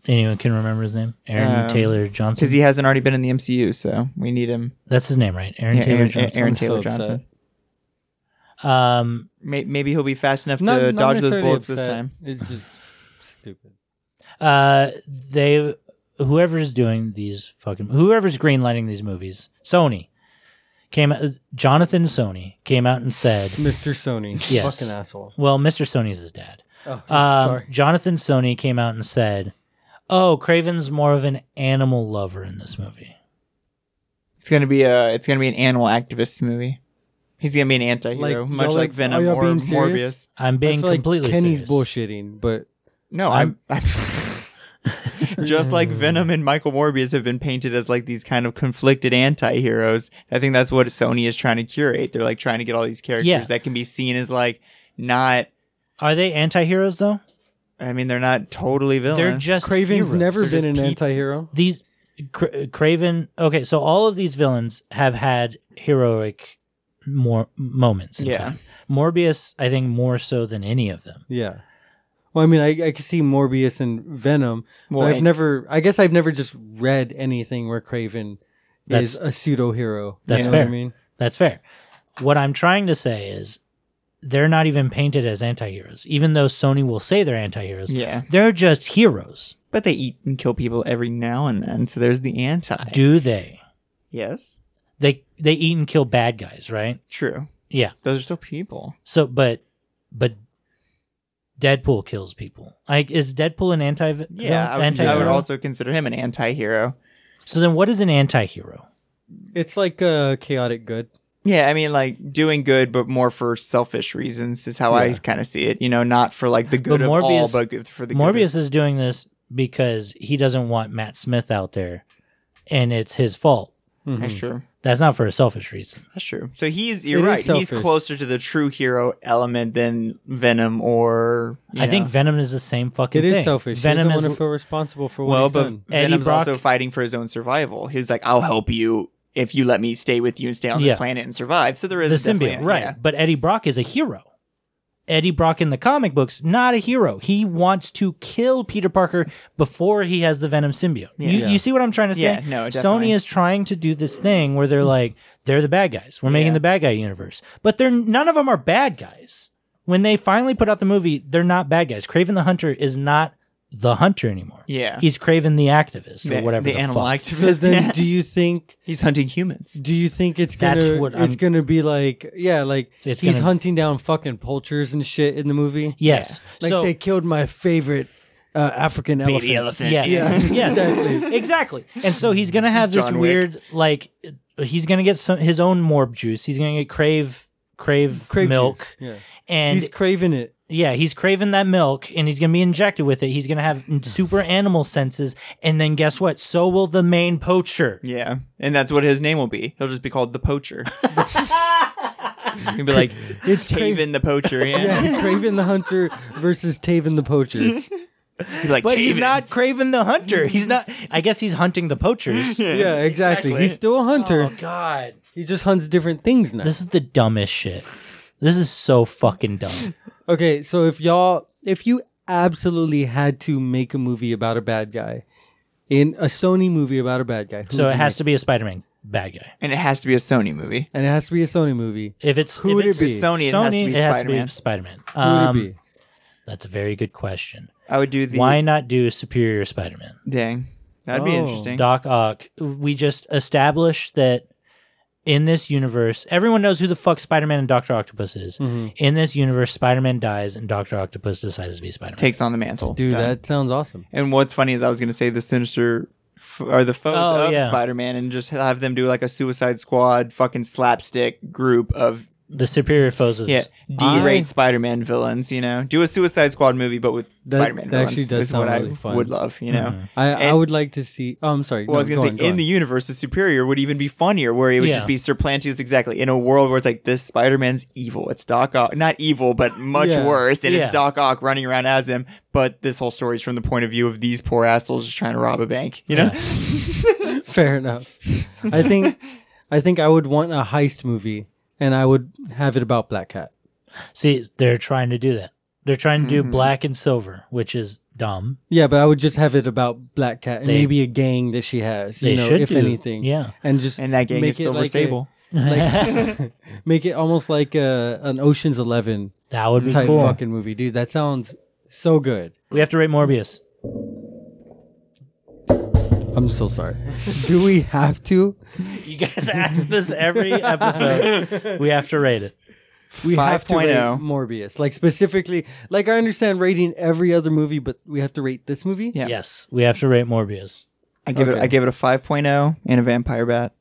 S1: Anyone can remember his name? Aaron
S2: Um,
S1: Taylor Johnson.
S2: Because he hasn't already been in the MCU, so we need him.
S1: That's his name, right? Aaron
S2: Yeah,
S1: Taylor
S2: Aaron,
S1: Johnson.
S2: Aaron
S3: I'm so
S2: Taylor
S3: upset.
S2: Johnson.
S1: um,
S2: May- Maybe he'll be fast enough
S3: Not-
S2: to
S3: not
S2: dodge those
S3: necessarily
S2: bullets this
S3: upset.
S2: time.
S3: It's just stupid.
S1: uh, they, whoever's doing these fucking, whoever's greenlighting these movies, Sony came. out- Jonathan Sony came out and said,
S3: Mr. Sony,
S1: Yes.
S3: fucking asshole.
S1: "Well, Mr. Sony's his dad."
S3: Oh,
S1: Um,
S3: sorry.
S1: Jonathan Sony came out and said, "Oh, Craven's more of an animal lover in this movie."
S2: It's gonna be a. It's gonna be an animal activist movie. He's gonna be an anti-hero,
S3: Like,
S2: much
S3: y'all
S2: like
S3: like-
S2: Venom
S3: are y'all
S2: or
S3: being
S2: Morbius.
S3: serious?
S1: I'm being
S3: I feel like
S1: completely
S3: Kenny's
S1: serious.
S3: bullshitting, but
S2: No, I'm. I'm just like Venom and Michael Morbius have been painted as like these kind of conflicted anti-heroes. I think that's what Sony is trying to curate. They're like trying to get all these characters
S1: Yeah.
S2: that can be seen as like not.
S1: Are they anti-heroes though?
S2: I mean, they're not totally villains.
S1: They're just
S3: Craven's
S1: heroes.
S3: never
S2: They're
S3: been
S2: just
S3: an
S2: peop-
S3: anti-hero.
S1: these Cra- Craven. Okay, so all of these villains have had heroic more moments. In
S2: Yeah.
S1: time. Morbius, I think, more so than any of them.
S3: Yeah. Well, I mean, I, I could see Morbius and Venom. but
S2: Well,
S3: I've
S2: and-
S3: never, I guess I've never just read anything where Craven
S1: That's-
S3: is a pseudo hero.
S1: That's
S3: you know what
S1: fair.
S3: I mean,
S1: That's fair. What I'm trying to say is they're not even painted as anti-heroes, even though Sony will say they're anti-heroes.
S2: Yeah.
S1: They're just heroes.
S2: but they eat and kill people every now and then. So there's the anti.
S1: Do they?
S2: yes,
S1: They they eat and kill bad guys, right?
S2: true.
S1: Yeah.
S2: Those are still people.
S1: So but but Deadpool kills people. Like is Deadpool an anti
S2: Yeah, I would, I would also consider him an anti-hero.
S1: So then what is an anti-hero?
S3: it's like a chaotic good.
S2: Yeah, I mean, like doing good, but more for selfish reasons is how I kind of see it. You know, not for like the good
S1: But
S2: of all,
S1: Morbius-
S2: but good for the good of-
S1: Morbius is doing this because he doesn't want Matt Smith out there and it's his fault.
S2: That's true.
S1: That's not for a selfish reason.
S2: That's true. So he's you're
S3: It is
S2: right. He's
S3: selfish.
S2: closer to the true hero element than Venom or you
S1: I think
S2: know.
S1: Venom is the same fucking
S3: It
S1: thing.
S3: is selfish.
S1: Venom
S3: he doesn't
S1: is
S3: want to feel responsible for what
S2: well,
S3: he's
S2: but
S3: done.
S1: Eddie
S2: Venom's
S1: Brock-
S2: also fighting for his own survival. He's like, I'll help you if you let me stay with you and stay on this
S1: Yeah.
S2: planet and survive. So there
S1: the
S2: is definitely
S1: symbiote,
S2: a-
S1: right?
S2: yeah.
S1: But Eddie Brock is a hero. Eddie Brock in the comic books, not a hero. He wants to kill Peter Parker before he has the Venom symbiote. You,
S3: Yeah.
S1: you see what I'm trying to say?
S2: Yeah, no, definitely.
S1: Sony is trying to do this thing where they're like, they're the bad guys. We're making
S2: Yeah.
S1: the bad guy universe, but they're none of them are bad guys. When they finally put out the movie, they're not bad guys. Craven the Hunter is not the Hunter anymore.
S2: Yeah.
S1: he's Craven the activist
S2: The-
S1: or whatever
S2: the,
S1: the,
S2: animal
S1: fuck.
S3: So
S2: activist.
S3: then,
S2: yeah.
S3: do you think?
S2: he's hunting humans.
S3: Do you think it's gonna?
S1: That's what I'm-
S3: it's gonna be like, yeah, like
S1: It's
S3: he's
S1: gonna-
S3: hunting down fucking poachers and shit in the movie.
S1: Yes,
S3: Like
S1: so,
S3: they killed my favorite uh, African elephant.
S1: Yes.
S3: Yeah.
S1: yes.
S3: Exactly.
S1: Exactly. And so he's gonna have this
S2: John Wick.
S1: weird like he's gonna get some his own morb juice. He's gonna get crave crave,
S3: Crave
S1: milk.
S3: juice,
S1: And
S3: he's craving it.
S1: yeah, he's craving that milk and he's gonna be injected with it. He's gonna have super animal senses, and then guess what? So will the main poacher.
S2: Yeah, and that's what his name will be. He'll just be called the Poacher. He'll be like it's Taven the Poacher. Yeah,
S3: Yeah, Craven the Hunter versus Taven the Poacher.
S2: He'll be like
S1: But he's
S2: "Taven."
S1: not craving the hunter. He's not I guess he's hunting the poachers.
S3: Yeah, exactly.
S2: Exactly.
S3: He's still a hunter.
S1: oh god.
S3: He just hunts different things now.
S1: This is the dumbest shit. This is so fucking dumb.
S3: okay, so if y'all, if you absolutely had to make a movie about a bad guy, in a Sony movie about a bad guy, who
S1: So
S3: would
S1: it
S3: you
S1: has
S3: make?
S1: to be a Spider Man bad guy.
S2: and it has to be a Sony movie.
S3: and it has to be a Sony movie.
S1: If it's
S3: Who
S1: if
S3: would it
S1: it's
S3: be?
S2: It's Sony. It has to
S1: Sony,
S2: be
S1: it has
S2: Spider Man.
S1: Spider Man.
S3: Who would it be?
S1: Um, That's a very good question.
S2: I would do the
S1: Why not do Superior Spider Man?
S2: Dang, that'd be
S3: Oh.
S2: interesting.
S1: Doc Ock. We just established that in this universe, everyone knows who the fuck Spider Man and Doctor Octopus is.
S3: Mm-hmm.
S1: In this universe, Spider Man dies and Doctor Octopus decides to be Spider Man.
S2: Takes on the mantle,
S3: Dude,
S2: Done.
S3: that sounds awesome.
S2: And what's funny is I was gonna say the sinister. f- Or the foes
S1: Oh,
S2: of
S1: yeah.
S2: Spider Man, and just have them do like a Suicide Squad fucking slapstick group of
S1: the superior foes of
S2: Yeah,
S3: I-
S2: D-rate Spider-Man villains. You know, do a Suicide Squad movie, but with
S3: That-
S2: Spider-Man
S3: that
S2: villains
S3: actually does
S2: is what
S3: sound
S2: I
S3: really fun. Uh-huh.
S2: would love. You know,
S3: I, I
S2: And-
S3: would like to see. Oh, I'm sorry.
S2: well, I was
S3: No,
S2: gonna
S3: go
S2: say
S3: on, go
S2: in
S3: on.
S2: the universe, the Superior would even be funnier, where it would
S1: Yeah.
S2: just be Surplantius exactly in a world where it's like this Spider-Man's evil. It's Doc Ock, not evil, but much
S3: Yeah.
S2: worse, and
S1: Yeah.
S2: it's Doc Ock running around as him. But this whole story is from the point of view of these poor assholes just trying to rob a bank. You know,
S1: Yeah.
S3: Fair enough. I think I think I would want a heist movie, and I would have it about Black Cat.
S1: See, they're trying to do that. They're trying to do
S3: Mm-hmm.
S1: black and silver, which is dumb.
S3: Yeah, but I would just have it about Black Cat and
S1: They-
S3: maybe a gang that she has. You
S1: They
S3: know,
S1: should
S3: if
S1: do.
S3: anything.
S1: Yeah.
S3: and just
S2: and that gang
S3: make
S2: is
S3: it
S2: Silver
S3: like a-
S2: Sable.
S3: like, make it almost like a, an Ocean's Eleven
S1: That would be
S3: type
S1: cool.
S3: fucking movie, dude. That sounds so good.
S1: We have to rate Morbius.
S3: I'm so sorry. Do we have to?
S1: You guys ask this every episode. we have to rate it.
S3: We have to rate
S2: 5.0.
S3: Morbius, like specifically. Like I understand rating every other movie, but we have to rate this movie.
S2: Yeah.
S1: Yes, we have to rate Morbius.
S2: I give it.
S3: Okay.
S2: I give it a 5.0 and a vampire bat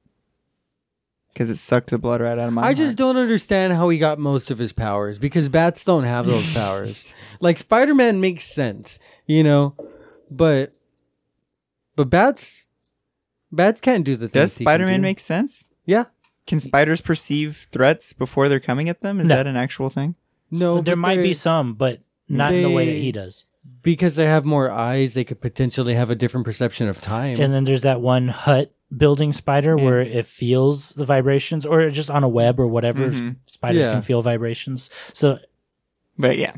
S2: because it sucked the blood right out of my.
S3: I just don't understand how he got most of his powers because bats don't have those powers. Like Spider Man makes sense, you know, but but bats bats can't do the things.
S2: Does
S3: he can
S2: Spider-Man
S3: do.
S2: make sense?
S3: Yeah,
S2: Can spiders perceive threats before they're coming at them? Is
S1: No.
S2: that an actual thing?
S3: no,
S1: there
S3: but
S1: might
S3: they-
S1: be some, but not in the way that
S3: they-
S1: he does.
S3: because they have more eyes. They could potentially have a different perception of time.
S1: And then there's that one hut building spider where it feels the vibrations, or just on a web or whatever.
S2: Mhm.
S1: Spiders
S3: Yeah.
S1: can feel vibrations. So
S2: But yeah,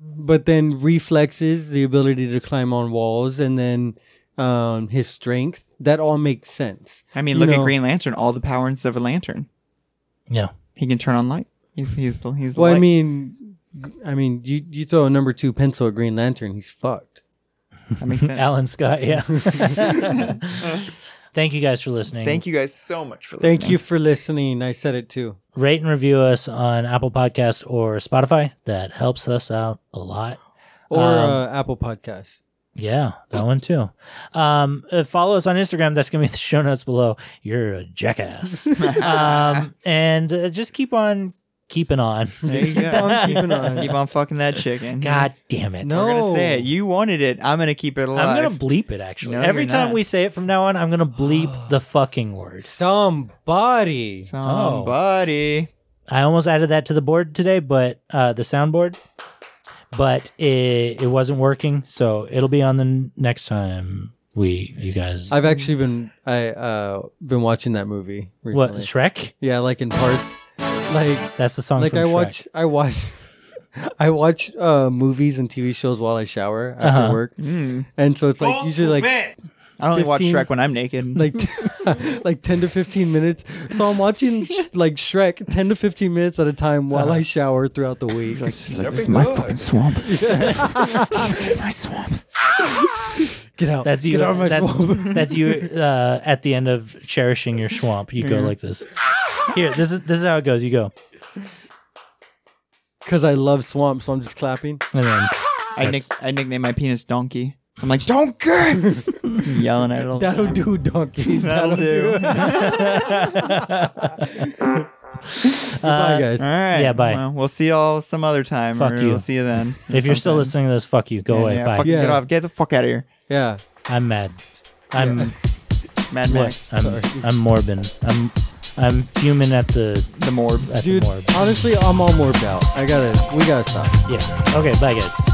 S3: but then reflexes, the ability to climb on walls, and then um, his strength. That all makes sense.
S2: I mean,
S3: You
S2: look at
S3: know.
S2: Green Lantern. All the power and stuff of Lantern.
S1: yeah,
S2: He can turn on light. He's he's the he's the
S3: Well, I
S2: light.
S3: mean, I mean, you you throw a number two pencil at Green Lantern, he's fucked.
S2: that makes sense.
S1: Alan Scott. Yeah. Thank you guys for listening.
S2: Thank you guys so much for listening.
S3: Thank you for listening. I said it too.
S1: rate and review us on Apple Podcast or Spotify. That helps us out a lot.
S3: Or
S1: Um,
S3: uh, Apple Podcast.
S1: Yeah, that one too. Um, uh, follow us on Instagram. That's gonna be in the show notes below. You're a jackass. um, and uh, just keep on keeping on.
S2: There you
S3: Keep
S2: go.
S3: on keeping on.
S2: Keep on fucking that chicken.
S1: God damn it!
S3: No.
S2: we're gonna say it. You wanted it. I'm gonna keep it alive.
S1: I'm gonna bleep it. Actually,
S2: No,
S1: every
S2: you're
S1: time
S2: not.
S1: we say it from now on, I'm gonna bleep the fucking word.
S3: Somebody. Oh.
S2: Somebody.
S1: I almost added that to the board today, but uh, the soundboard, but it, it wasn't working. So it'll be on the n- next time we you guys.
S3: I've actually been I uh been watching that movie
S1: what
S3: recently.
S1: Shrek?
S3: yeah, like in parts. Like
S1: That's the song.
S3: like
S1: from
S3: I
S1: Shrek.
S3: watch I watch I watch uh movies and TV shows while I shower after
S1: Uh-huh.
S3: work. And so it's like usually like
S2: I only watch
S3: 15.
S2: Shrek when I'm naked.
S3: like like 10 to 15 minutes so i'm watching sh- like shrek 10 to 15 minutes at a time while i shower throughout the week like
S2: Like, this is my fucking swamp. my swamp.
S3: get out
S1: That's you.
S3: get out of my
S1: that's,
S3: swamp.
S1: that's you uh, at the end of cherishing your swamp. You go like this. Here, this is this is how it goes. You go,
S3: because i love swamp so i'm just clapping
S1: and then
S2: I, nick- I nicknamed my penis Donkey. So I'm like, Donkey! yelling at it all the
S3: that'll
S2: time.
S3: do donkey
S2: That'll do.
S3: bye guys
S2: Uh, All right.
S1: Yeah, bye.
S2: Well, we'll see y'all some other time.
S1: Fuck
S2: or
S1: you.
S2: We'll see you then.
S1: if you're still listening to this, fuck you. Go away.
S2: yeah,
S1: Bye.
S2: Fucking
S3: Yeah.
S2: Get off. Get the fuck out of here.
S3: yeah
S1: I'm mad. I'm
S2: Mad
S1: what?
S2: Max.
S1: I'm I'm morbid. I'm I'm fuming at the
S2: the Morbs.
S1: at
S3: dude
S1: the morb.
S3: honestly i'm all morbed out i gotta we gotta stop
S1: Yeah. Okay. Bye, guys.